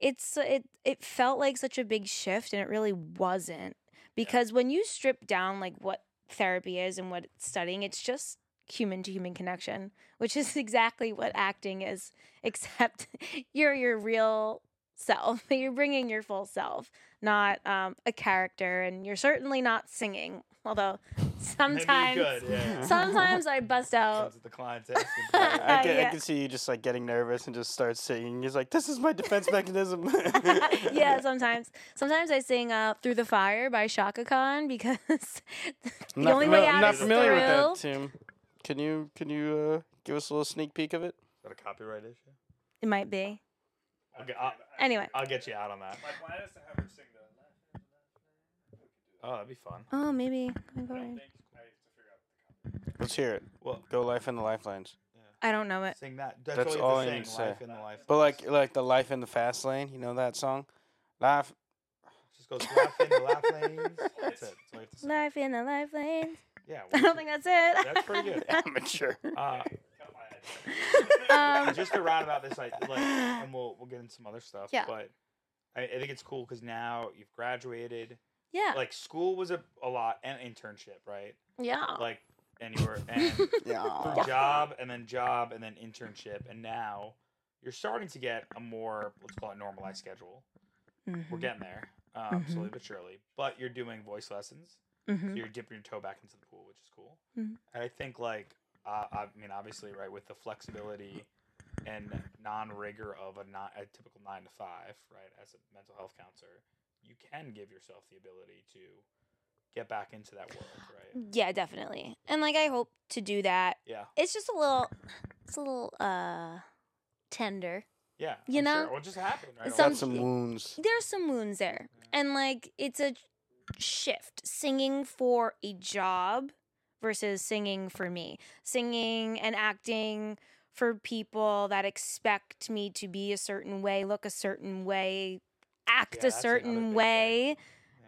it's it it felt like such a big shift and it really wasn't because when you strip down like what therapy is and what it's studying it's just human to human connection which is (laughs) exactly what acting is (laughs) except you're your real self (laughs) you're bringing your full self not um, a character and you're certainly not singing although Maybe you (laughs) sometimes could, (laughs) yeah. sometimes i bust out Comes with the clients asking for it. (laughs) I can, I yeah. can see you just like getting nervous and just start singing. He's like, "This is (laughs) my defense mechanism." yeah, sometimes. Sometimes I sing uh, "Through the Fire" by Shaka Khan because (laughs) the I'm not only famil- way I'm out not is familiar through. with that, Tim. Can you can you uh, give us a little sneak peek of it? Is that a copyright issue? It might be. I'll get, I'll, Anyway. I'll get you out on that. My plan is to have her sing the. Oh, that'd be fun. Oh, maybe. I don't think I have to figure out the copy. Let's hear it. Well, Go life in the lifelines. I don't know it. sing that. That's, That's all all you I have need to to sing. say. Life in the life. But like like the life in the fast lane. You know that song? (laughs) Life. (laughs) just goes laugh in the laugh lanes. That's it. That's all you have to say. Life in the life lanes. Yeah. (laughs) I well, don't think that's it. That's pretty good. Amateur. Uh, Cut my head. (laughs) (laughs) (laughs) Um, just to round about this, like, like, and we'll we'll get into some other stuff. Yeah. But I, I think it's cool because now you've graduated. yeah. Like school was a, a lot and internship, right? Yeah. Like anywhere and Yeah. through job and then job and then internship and now you're starting to get a more let's call it normalized schedule. Mm-hmm. We're getting there um, Mhm. slowly but surely. But you're doing voice lessons. So hmm you're dipping your toe back into the pool, which is cool. Mhm. And I think like uh, I mean, obviously, right with the flexibility and non-rigor of a, not, a typical nine to five, right? As a mental health counselor, you can give yourself the ability to get back into that world, right? Yeah, definitely. And like I hope to do that. Yeah, It's just a little it's a little uh tender. yeah. You I'm know, sure. Well, it just happened, right? some- Got some wounds. There's some wounds there. And like it's a shift singing for a job versus singing for me. Singing and acting for people that expect me to be a certain way, look a certain way, Yeah, act a that's another big certain thing. way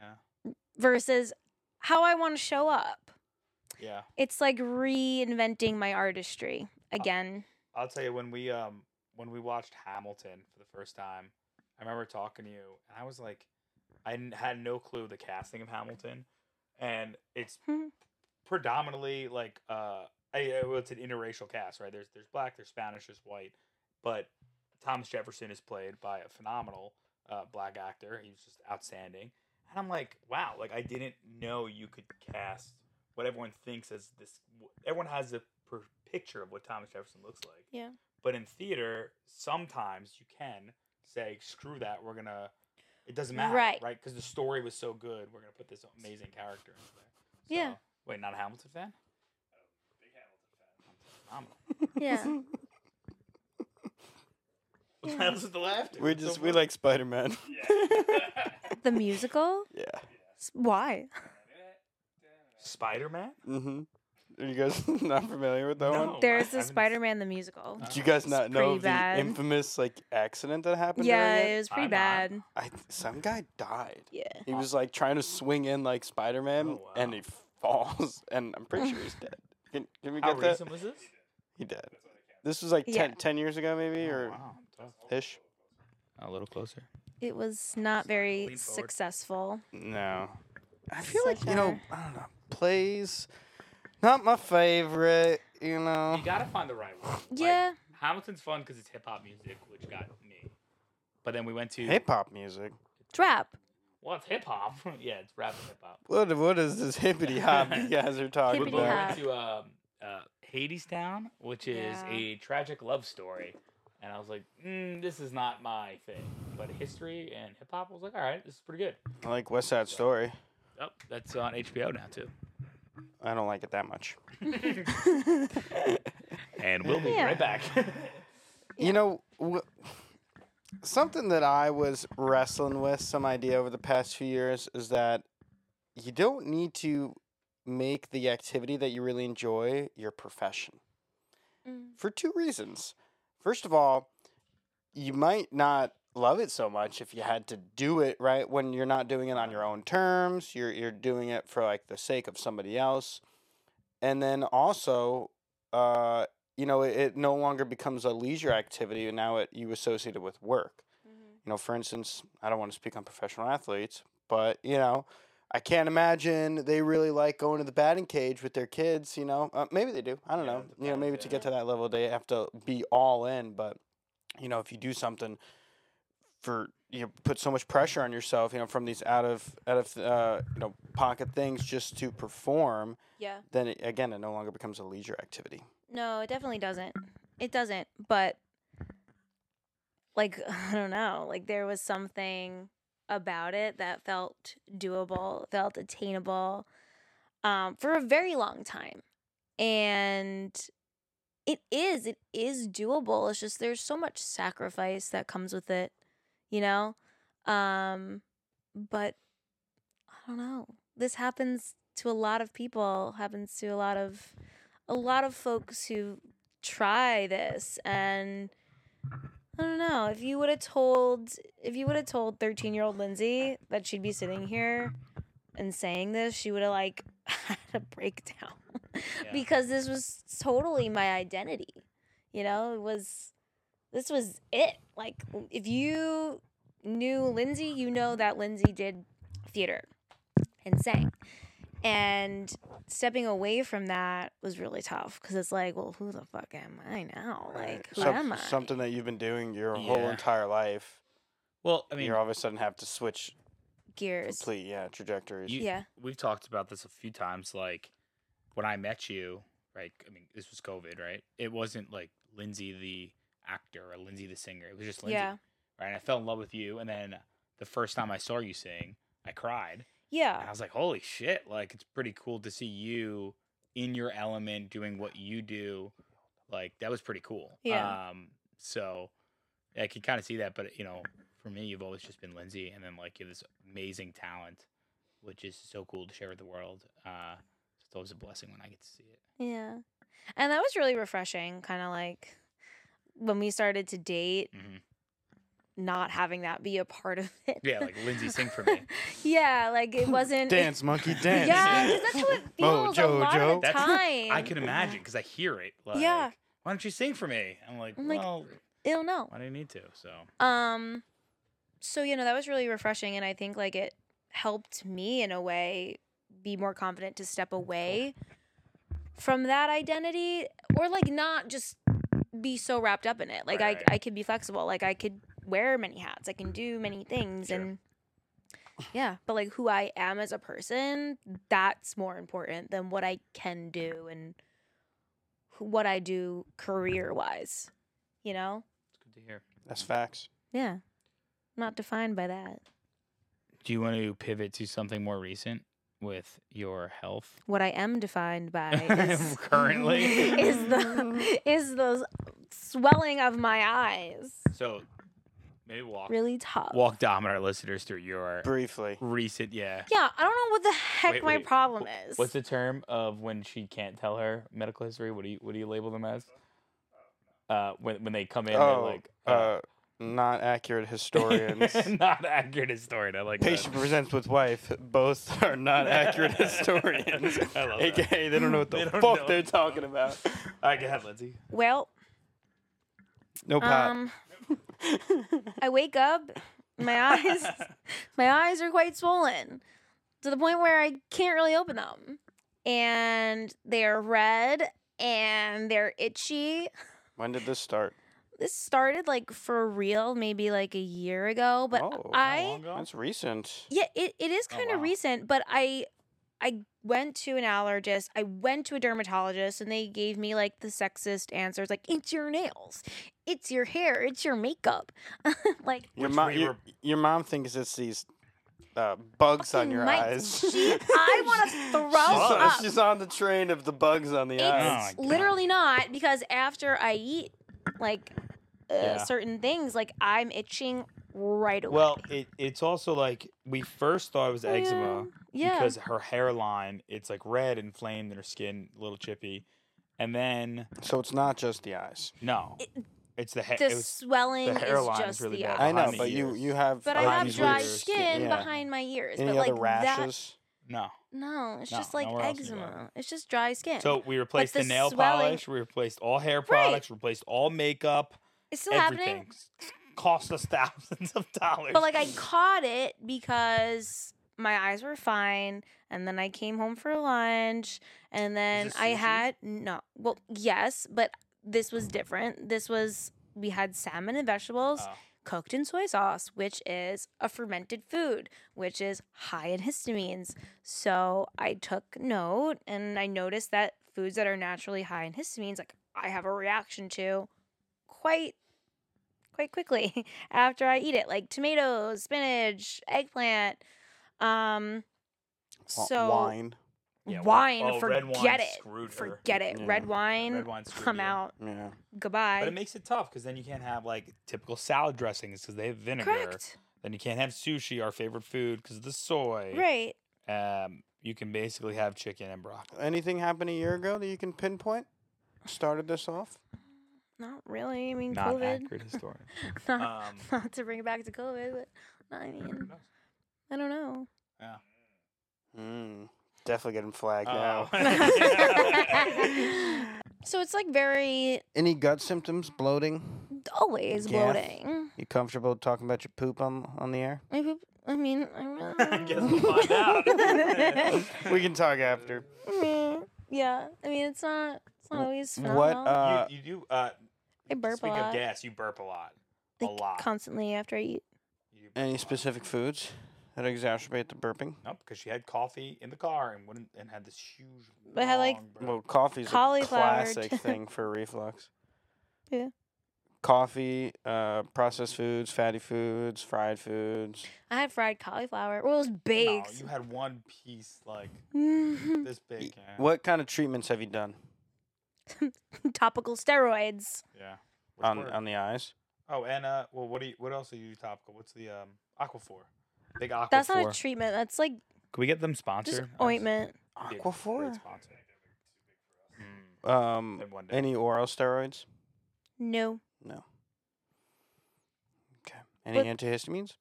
yeah, versus how I want to show up. yeah. It's like reinventing my artistry Uh, (laughs) again. I'll tell you when we um when we watched Hamilton for the first time, I remember talking to you and I was like, I n- had no clue the casting of Hamilton, and it's Hmm. predominantly like uh, I, I- well, it's an interracial cast, right? There's there's black, there's Spanish, there's white, but Thomas Jefferson is played by a phenomenal uh, black actor. He's just outstanding, and I'm like, wow, like I didn't know you could cast what everyone thinks as this. Everyone has a per- picture of what Thomas Jefferson looks like. Yeah. But in theater, sometimes you can say, "Screw that! We're gonna." It doesn't matter, right? Right. Right? Because the story was so good, we're gonna put this amazing character in there. Yeah. So- Wait, not a Hamilton fan? Oh, Big Hamilton fan. (laughs) Phenomenal. Yeah. That was the laughter. We It's so just we funny. like (laughs) Spider Man. Yeah. the musical? (laughs) Yeah. S- Why? Spider-Man. Mm-hmm. Are you guys (laughs) not familiar with that No. one? Oh I There's haven't the s- Spider Man the musical. Uh, Did you guys It's not know pretty the bad. infamous like accident that happened? yeah, during it it? was pretty I'm not. bad. I, some guy died. Yeah. He was like trying to swing in like Spider Man, Oh, and wow. he falls, (laughs) and I'm pretty sure he's dead. Can, can we How get that? recent was this? He dead. This was like Yeah. 10, 10 years ago, maybe, Oh, or wow, tough. ish. A little closer. It was not very Lean forward. successful. No. I It's feel like such you know, I don't know, plays. Not my favorite, you know. You gotta find the right one. Like, Yeah. Hamilton's fun because it's hip hop music, which got me. But then we went to Hip hop music. Trap. Well, it's hip hop. (laughs) yeah, it's rap and hip hop. What what is this hippity hop (laughs) you guys are talking But Hippity we about? hop. went to um, uh, Hades Town, which is Yeah. a tragic love story. And I was like, mm, this is not my thing. But history and hip hop I was like, all right, this is pretty good. I like West Side Story. Oh, that's on HBO now, too. I don't like it (laughs) (laughs) that much. (laughs) And we'll be (laughs) Yeah. right back. You know, wh- something that I was wrestling with some idea over the past few years is that you don't need to make the activity that you really enjoy your profession. for two reasons. First of all, you might not love it so much if you had to do it right when you're not doing it on your own terms. You're you're doing it for like the sake of somebody else, and then also, uh, you know, it, it no longer becomes a leisure activity, and now it you associate it with work. You know, for instance, I don't want to speak on professional athletes, but you know. I can't imagine they really like going to the batting cage with their kids. You know, uh, maybe they do. I don't Yeah, know. it You know, maybe depends, to yeah. get to that level, they have to be all in. But you know, if you do something for you put so much pressure on yourself, you know, from these out of out of uh, you know pocket things just to perform, Yeah. then it, again, it no longer becomes a leisure activity. No, it definitely doesn't. It doesn't. But like (laughs) I don't know, like there was something about it that felt doable, felt attainable um, for a very long time, and it is it is doable it's just there's so much sacrifice that comes with it you know um but i don't know this happens to a lot of people happens to a lot of a lot of folks who try this and i don't know if you would have told if you would have told 13 year old lindsay that she'd be sitting here and saying this she would have like (laughs) had a breakdown Yeah. because this was totally my identity. You know, it was this was it. Like if you knew Lindsay, you know that Lindsay did theater and sang. And stepping away from that was really tough because it's like, well, who the fuck am I now? Like, who Some- am I? Something that you've been doing your whole Yeah. entire life. Well, I mean, you're all of a sudden have to switch Gears. complete, yeah, trajectories. You- Yeah. we've talked about this a few times. Like when I met you, right? I mean, this was COVID, right? It wasn't like Lindsay the actor or Lindsay the singer. It was just Lindsay, Yeah. right? And I fell in love with you, and then the first time I saw you sing, I cried, and Yeah. I was like, "Holy shit!" Like it's pretty cool to see you in your element doing what you do. Like that was pretty cool. Yeah. Um, so I could kind of see that, but you know, for me, you've always just been Lindsay, and then like you have this amazing talent, which is so cool to share with the world. Uh, it's always a blessing when I get to see it. Yeah. And that was really refreshing, kind of like when we started to date, Mhm. not having that be a part of (laughs) it. Yeah, like Lindsay, sing (laughs) for me. Yeah, like it wasn't. it- (laughs) Dance, monkey, dance. Yeah. Yeah, because that's how it Mo, feels a Joe, lot Joe. of the That's- time. I can imagine because I hear it. Like, Yeah. Why don't you sing for me? I'm like, I'm like- well, I don't know. why do you need to? So Um, so you know that was really refreshing, and I think like it helped me in a way be more confident to step away from that identity, or like not just be so wrapped up in it. Like Right, I, right. I could be flexible. Like I could wear many hats. I can do many things, Sure. and yeah. But like who I am as a person, that's more important than what I can do and wh- what I do career wise. You know. it's good to hear. That's facts. Yeah. Not defined by that. Do you want to pivot to something more recent with your health? What I am defined (laughs) by is Currently? (laughs) is the is the swelling of my eyes. So maybe walk Really tough. walk Dom and our listeners through your Briefly. recent yeah. Yeah, I don't know what the heck Wait, my wait, problem wh- is. What's the term of when she can't tell her medical history? What do you what do you label them as? Uh, when when they come in, Oh, they're like uh, uh, not (laughs) accurate historians. not accurate historian. I like that. Patient presents with wife. Both are (laughs) not accurate historians. I (laughs) love that. AKA, they don't know what They the don't fuck know. they're talking about. All right, go ahead, Lindsay. Well, No pop. um (laughs) I wake up, (laughs) my eyes my eyes are quite swollen to the point where I can't really open them. And they're red and they're itchy. when did this start? this started like for real maybe like a year ago but Oh, how i That's recent. yeah it, it is Oh, kind of wow. recent but i i went to an allergist i went to a dermatologist and they gave me like the sexist answers like it's your nails it's your hair it's your makeup (laughs) like Your Which mom, we your, were- your mom thinks it's these uh, bugs on Fucking your mites. eyes. (laughs) She- I wanna throw she's On, up. she's on the train of the bugs on the eyes. it's God. literally not because after i eat like uh, Yeah. certain things like i'm itching right away Well, it, it's also like we first thought it was eczema. yeah because her hairline it's like red inflamed and her skin a little chippy and then So it's not just the eyes. no it's the hair the it was swelling is hairline's just really the bad. eye. I know, Behind the but you ears. you have. But I Behind have these dry ears. skin Yeah. behind my ears. Any but other like rashes? no that, no, it's No, just like nowhere else is eczema. It's just dry skin. so we replaced the, the nail swelling- polish we replaced all hair products replaced all makeup it's still everything happening. cost us (laughs) thousands of dollars But like I caught it because my eyes were fine, and then I came home for lunch, and then this I sushi? had no. Well, yes, but this was different. This was we had salmon and vegetables. Mm-hmm. Oh. Cooked in soy sauce, which is a fermented food, which is high in histamines. So I took note and I noticed that foods that are naturally high in histamines, like I have a reaction to quite quite quickly (laughs) after I eat it, like tomatoes, spinach, eggplant. Um Wa- so wine. Yeah, wh- wine, oh, forget red wine it. screwed her. Forget it. Yeah. Red wine. Red wine screwed I'm you. out. Yeah. Goodbye. But it makes it tough because then you can't have like typical salad dressings because they have vinegar. Correct. Then you can't have sushi, our favorite food, because of the soy. Right. Um, you can basically have chicken and broccoli. Anything happened a year ago that you can pinpoint? Started this off? Not really. I mean, Not COVID. accurate (laughs) historian. (laughs) Not, um, not to bring it back to COVID, but no, I mean, I don't know. Mm. Definitely getting flagged now. (laughs) Oh. (laughs) so it's like very Any gut symptoms? Bloating? always Gaff. bloating. You comfortable talking about your poop on on the air? I, poop- I mean, I (laughs) (laughs) I really guess don't we'll find out. (laughs) we can talk after. know. Mm, (laughs) yeah. I mean, it's not. It's not Wh- always What? phenomenal. Uh, you, you do. Uh, I burp a speaking of lot. gas, you burp a lot. a like, lot. Constantly after I eat. You do burp a any lot. specific foods that exacerbate the burping? Nope, because she had coffee in the car and wouldn't and had this huge. But I had, like, long burp. Well, coffee's a Cauliflower classic chip. thing for reflux. (laughs) Yeah. Coffee, uh, processed foods, fatty foods, fried foods. I had fried cauliflower. Well, it was no, baked. you had one piece like Mm. this big. Yeah. What kind of treatments have you done (laughs) (laughs) Topical steroids. Yeah. Which on, word? on the eyes? oh, and uh, well, what do you, what else do you use topical? What's the um Aquaphor? Big Aquaphor. That's not a treatment. That's like Can we get them just sponsored? ointment. That'd be a great Aquaphor. sponsor. Mm, Um, and one day. any oral steroids? No. No. Okay. Any But- antihistamines?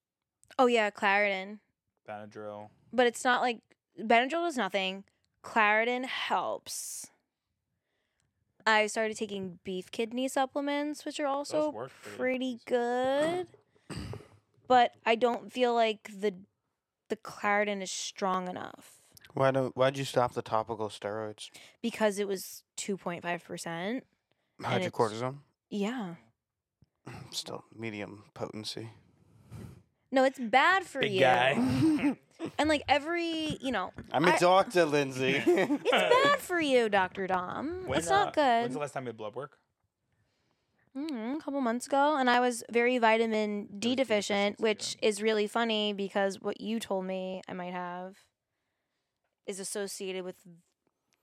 Oh yeah, Claritin. Benadryl. But it's not like Benadryl does nothing. Claritin helps. I started taking beef kidney supplements, which are also work for the pretty kidneys. good. But I don't feel like the the Claritin is strong enough Why don't? Why'd you stop the topical steroids? because it was 2.5%. And it's- Hydrocortisone. Yeah. Still medium (laughs) potency. No, it's bad for Big you. guy. And like every, you know, I'm a I- (laughs) doctor, Lindsay. (laughs) (laughs) it's bad for you, Dr. Dom. When, it's not uh, When's good. the last time you had blood work? Mm, a couple months ago, and I was very vitamin It D was deficient, deficiency, which is really funny because what you told me I might have is associated with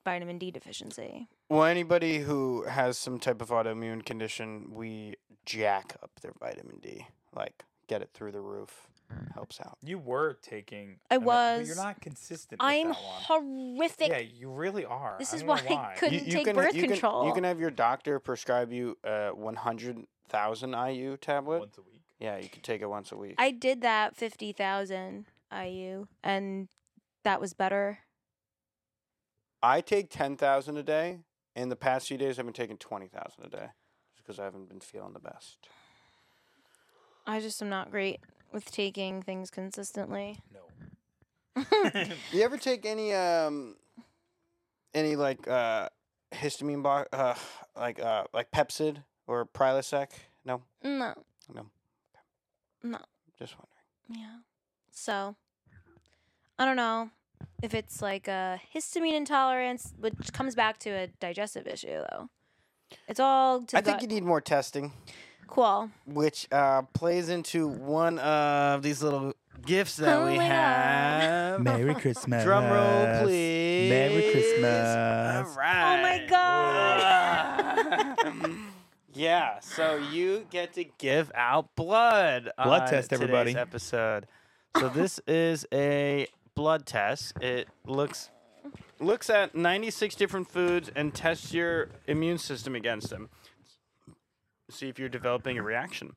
vitamin D deficiency. well, anybody who has some type of autoimmune condition, we jack up their vitamin D. Like get it through the roof. Helps out. You were taking. I and that- but was. You're not consistent. with I'm that one. horrific. Yeah, you really are. This I is don't know why I (laughs) couldn't- take ha- birth you Can, control. you can have your doctor prescribe you a 100,000 IU tablet. once a week. Yeah, you can take it once a week. I did that 50,000 IU, and that was better. I take ten thousand a day. In the past few days, I've been taking twenty thousand a day, just because I haven't been feeling the best. I just am not great with taking things consistently. (laughs) No. (laughs) Uh, You ever take any um, any like uh, histamine block, uh, like uh, like Pepsid or Prilosec? No, No. No. No. just wondering. Yeah. So, I don't know if it's like a histamine intolerance, which comes back to a digestive issue, though. It's all to I think you need more testing, cool. which uh, plays into one of these little gifts that Oh we my God. have. (laughs) Christmas. Drum roll, please. All right. Oh my god! yeah, so you get to give out blood. Blood on test, today's everybody. Episode. So (laughs) this is a blood test. It looks looks at 96 different foods and tests your immune system against them. See if you're developing a reaction.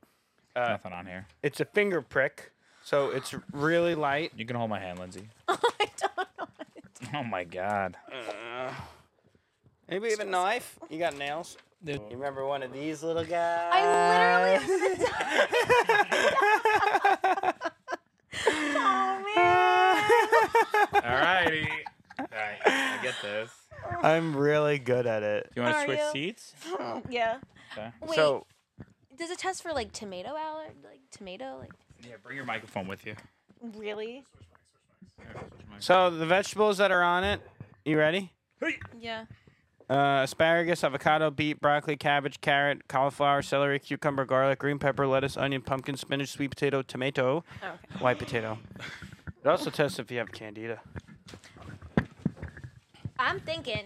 Nothing on here. It's a finger prick, so it's really light. You can hold my hand, Lindsay. (laughs) (laughs) I don't know. Oh my god. Uh, anybody have a knife? You got nails? You remember one of these little guys? I (laughs) (laughs) literally. am gonna die. (laughs) Oh man! (laughs) Alrighty. Alright, I get this. I'm really good at it. Do you want Are to switch you? seats? yeah. Okay. Wait, So does it test for like tomato allergy? Like tomato? Like Yeah, bring your microphone with you. really? so the vegetables that are on it, you ready? Yeah. Uh, asparagus, avocado, beet, broccoli, cabbage, carrot, cauliflower, celery, cucumber, garlic, green pepper, lettuce, onion, pumpkin, spinach, sweet potato, tomato, Oh, okay. white potato. It also tests if you have candida. I'm thinking.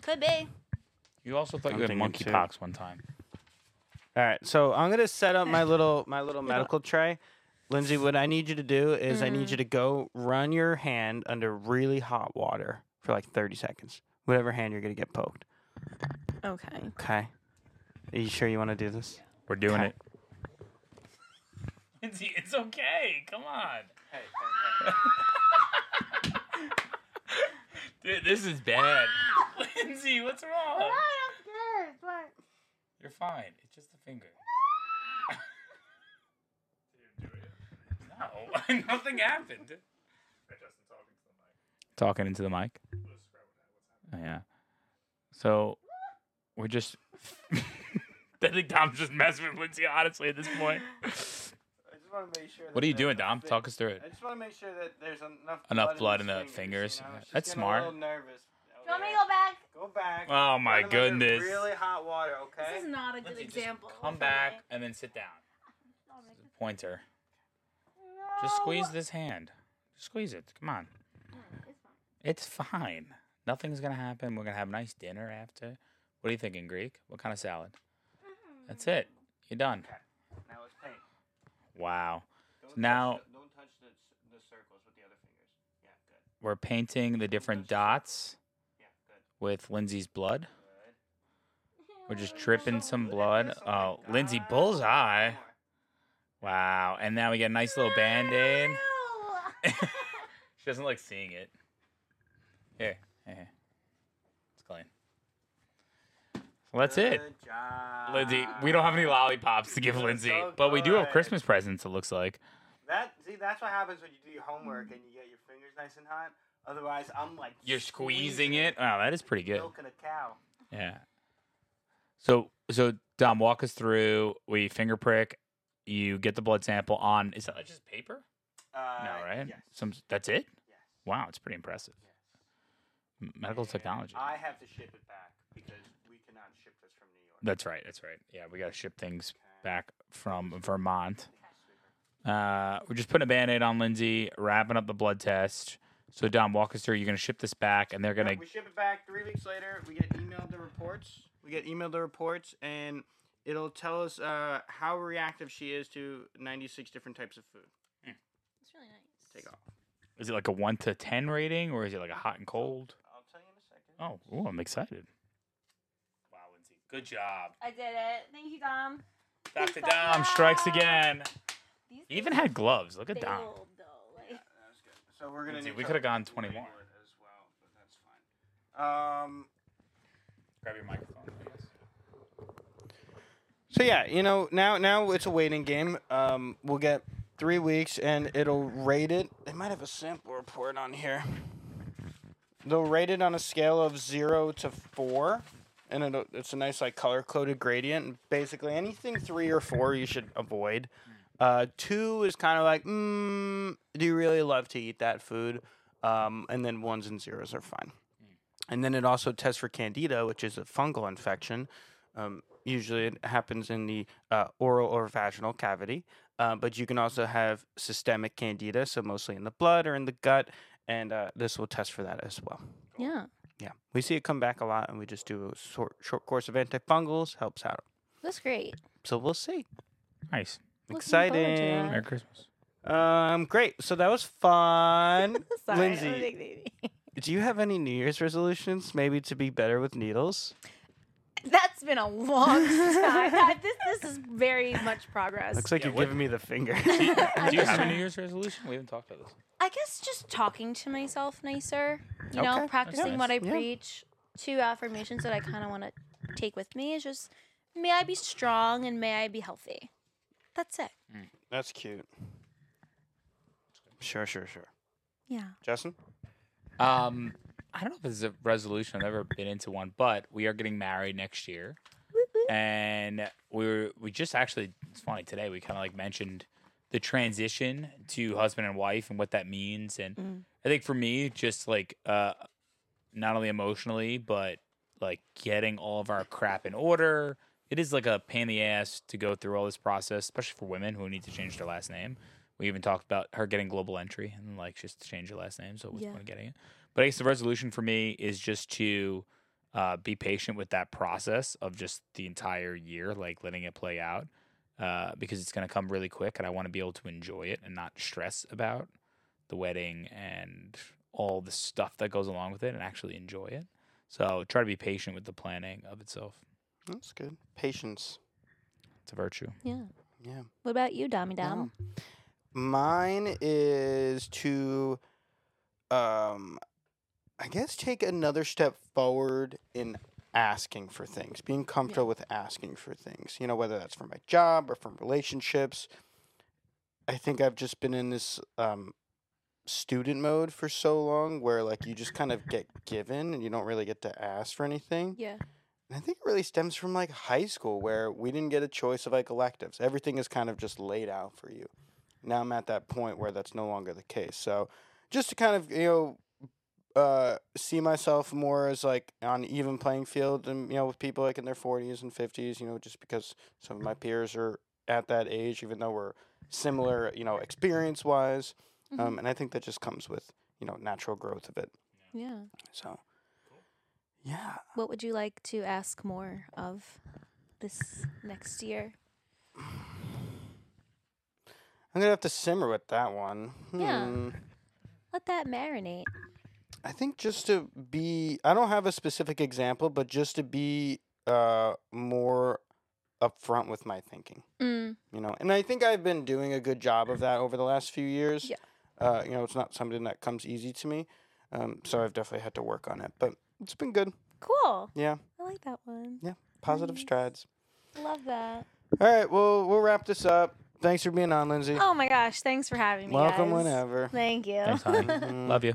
Could be. You also thought I'm you had thinking too. monkeypox one time. All right, so I'm gonna set up my little my little medical tray. Lindsay, what I need you to do is I need you to go run your hand under really hot water for like 30 seconds. Whatever hand you're gonna get poked. Okay. Okay. Are you sure you want to do this? We're doing Okay. it. Lindsay, it's okay. Come on. Hey, hey, hey. (laughs) Dude, this (laughs) is bad. Lindsay, what's wrong? You're fine. It's just a finger. (laughs) No, nothing happened. Justin talking to the mic. Talking into the mic. Yeah. So we're just. (laughs) I think Dom's just messing with Lindsay, honestly, at this point. I just want to make sure. What are you doing, Dom? Talk us through it. just want to make sure that there's enough Enough blood in blood in the the fingers, you fingers. know? She's That's getting a smart. little nervous. Do you want me to go back? go back? Oh my goodness. hot water, okay? This is not a good Lindsay, just example. Come back and then sit down. Pointer. Just squeeze this hand. Just squeeze it. Come on. Oh, It's fine. Nothing's gonna happen. We're gonna have a nice dinner after. What are you thinking, Greek? What kind of salad? That's it. You're done. Now it's pain. Wow. Now- touch don't touch the, the circles with the other fingers. Yeah, good. We're painting the different dots Yeah, good. with Lindsay's blood. We're just dripping some blood. Oh, Ah, Lindsay, bullseye. Wow. And now we get a nice little band aid. (laughs) she doesn't like seeing it. Here, here, here. It's clean. So that's it. Lindsay, we don't have any lollipops to give That's Lindsay, so but we do have good. Christmas presents, it looks like. That see, that's what happens when you do your homework and you get your fingers nice and hot. Otherwise, I'm like You're squeezing it. Wow, that is pretty good. milking a cow. Yeah. So, so Dom, walk us through. We finger prick. You get the blood sample on. Is that just paper? Uh, No, right? Yes. Some. That's it. yes. Wow, it's pretty impressive. Yes. M- Medical And technology. I have to ship it back because we cannot ship this from New York. That's right. That's right. Yeah, we got to ship things back from Vermont. Sweeper. Uh, we're just putting a band aid on Lindsay, wrapping up the blood test. So, Dom, walk us through. You're going to ship this back, and they're going We to. ship it back three weeks later. We get emailed the reports. We get emailed the reports, and it'll tell us uh, how reactive she is to 96 different types of food. It's really nice. Take off. Is it like a 1 to 10 rating, or is it like a hot and cold? I'll tell you in a second. Oh, ooh, I'm excited. Wow, Lindsay. Good job. I did it. Thank you, Dom. Dr. Dom strikes again. These He even things had gloves. Look are at Dom. old, though. Like, That was good. So we're gonna. Lindsay, need we to coulda gone label 21. it As well, but that's fine. Um. Grab your microphone, I guess. So yeah, you know now now it's a waiting game. Um, we'll get three weeks and it'll rate it. They might have a sample report on here. They'll rate it on a scale of zero to four, and it'll, it's a nice like color coded gradient. And basically, anything three or four you should avoid. Uh, two is kind of like, mm, do you really love to eat that food? Um, and then ones and zeros are fine. And then it also tests for candida, which is a fungal infection. Um, usually it happens in the uh, oral or vaginal cavity, uh, but you can also have systemic candida, so mostly in the blood or in the gut, and uh, this will test for that as well. yeah. Yeah, we see it come back a lot, and we just do a short, short course of antifungals, helps out. That's great. So we'll see. Nice. Looking forward to Exciting. Merry Christmas. Um, great. So that was fun. (laughs) Sorry, I'm a Lindsay, big baby. do you have any New Year's resolutions? Maybe to be better with needles? That's been a (laughs) long time. That- this, this is very much progress. Looks like Yeah, you're what- giving me (laughs) the finger. (laughs) Do you have a New Year's resolution? We haven't talked about this. I guess just talking to myself nicer, you know, Okay, practicing nice. what I Yeah. preach. Two affirmations that I kind of want to take with me is just, may I be strong and may I be healthy. That's it. That's cute. Sure, sure, sure. Yeah. Justin? Um, I don't know if this is a resolution. I've never been into one, but we are getting married next year, and we were we just actually it's funny today we kind of like mentioned the transition to husband and wife and what that means, and I think for me just like uh, not only emotionally but like getting all of our crap in order. It is like a pain in the ass to go through all this process, especially for women who need to change their last name, We even talked about her getting global entry and like just to change her last name. So what's Yeah. the point of getting it? But I guess the resolution for me is just to uh, be patient with that process of just the entire year, like letting it play out, uh, because it's going to come really quick, and I want to be able to enjoy it and not stress about the wedding and all the stuff that goes along with it, and actually enjoy it. So try to be patient with the planning of itself. That's good. Patience. It's a virtue. Yeah. Yeah. What about you, Dommy Dom? Mine is to, um, I guess, take another step forward in asking for things, being comfortable with asking for things, you know, whether that's for my job or from relationships. I think I've just been in this um, student mode for so long where, like, you just kind of get given and you don't really get to ask for anything. Yeah. And I think it really stems from like high school where we didn't get a choice of like electives. Everything is kind of just laid out for you. Now I'm at that point where that's no longer the case. So just to kind of, you know, uh, see myself more as like on even playing field and, you know, with people like in their 40s and 50s, you know, just because some of my peers are at that age, even though we're similar, you know, experience wise. Um, and I think that just comes with, you know, natural growth of it. Yeah. So, yeah. What would you like to ask more of this next year? I'm gonna have to simmer with that one. Yeah. Hmm. Let that marinate. I think just to be, I don't have a specific example, but just to be uh, more upfront with my thinking, Mm. you know. And I think I've been doing a good job of that over the last few years. Yeah. Uh, you know, it's not something that comes easy to me, um, so I've definitely had to work on it. But it's been good. Cool. Yeah, I like that one. positive Nice. strides. Love that. All right, well, we'll wrap this up. Thanks for being on, Lindsay. Oh my gosh. Thanks for having me. Welcome Oh, guys. whenever. Thank you. Thanks, honey. (laughs) (laughs) Mhm. Love you.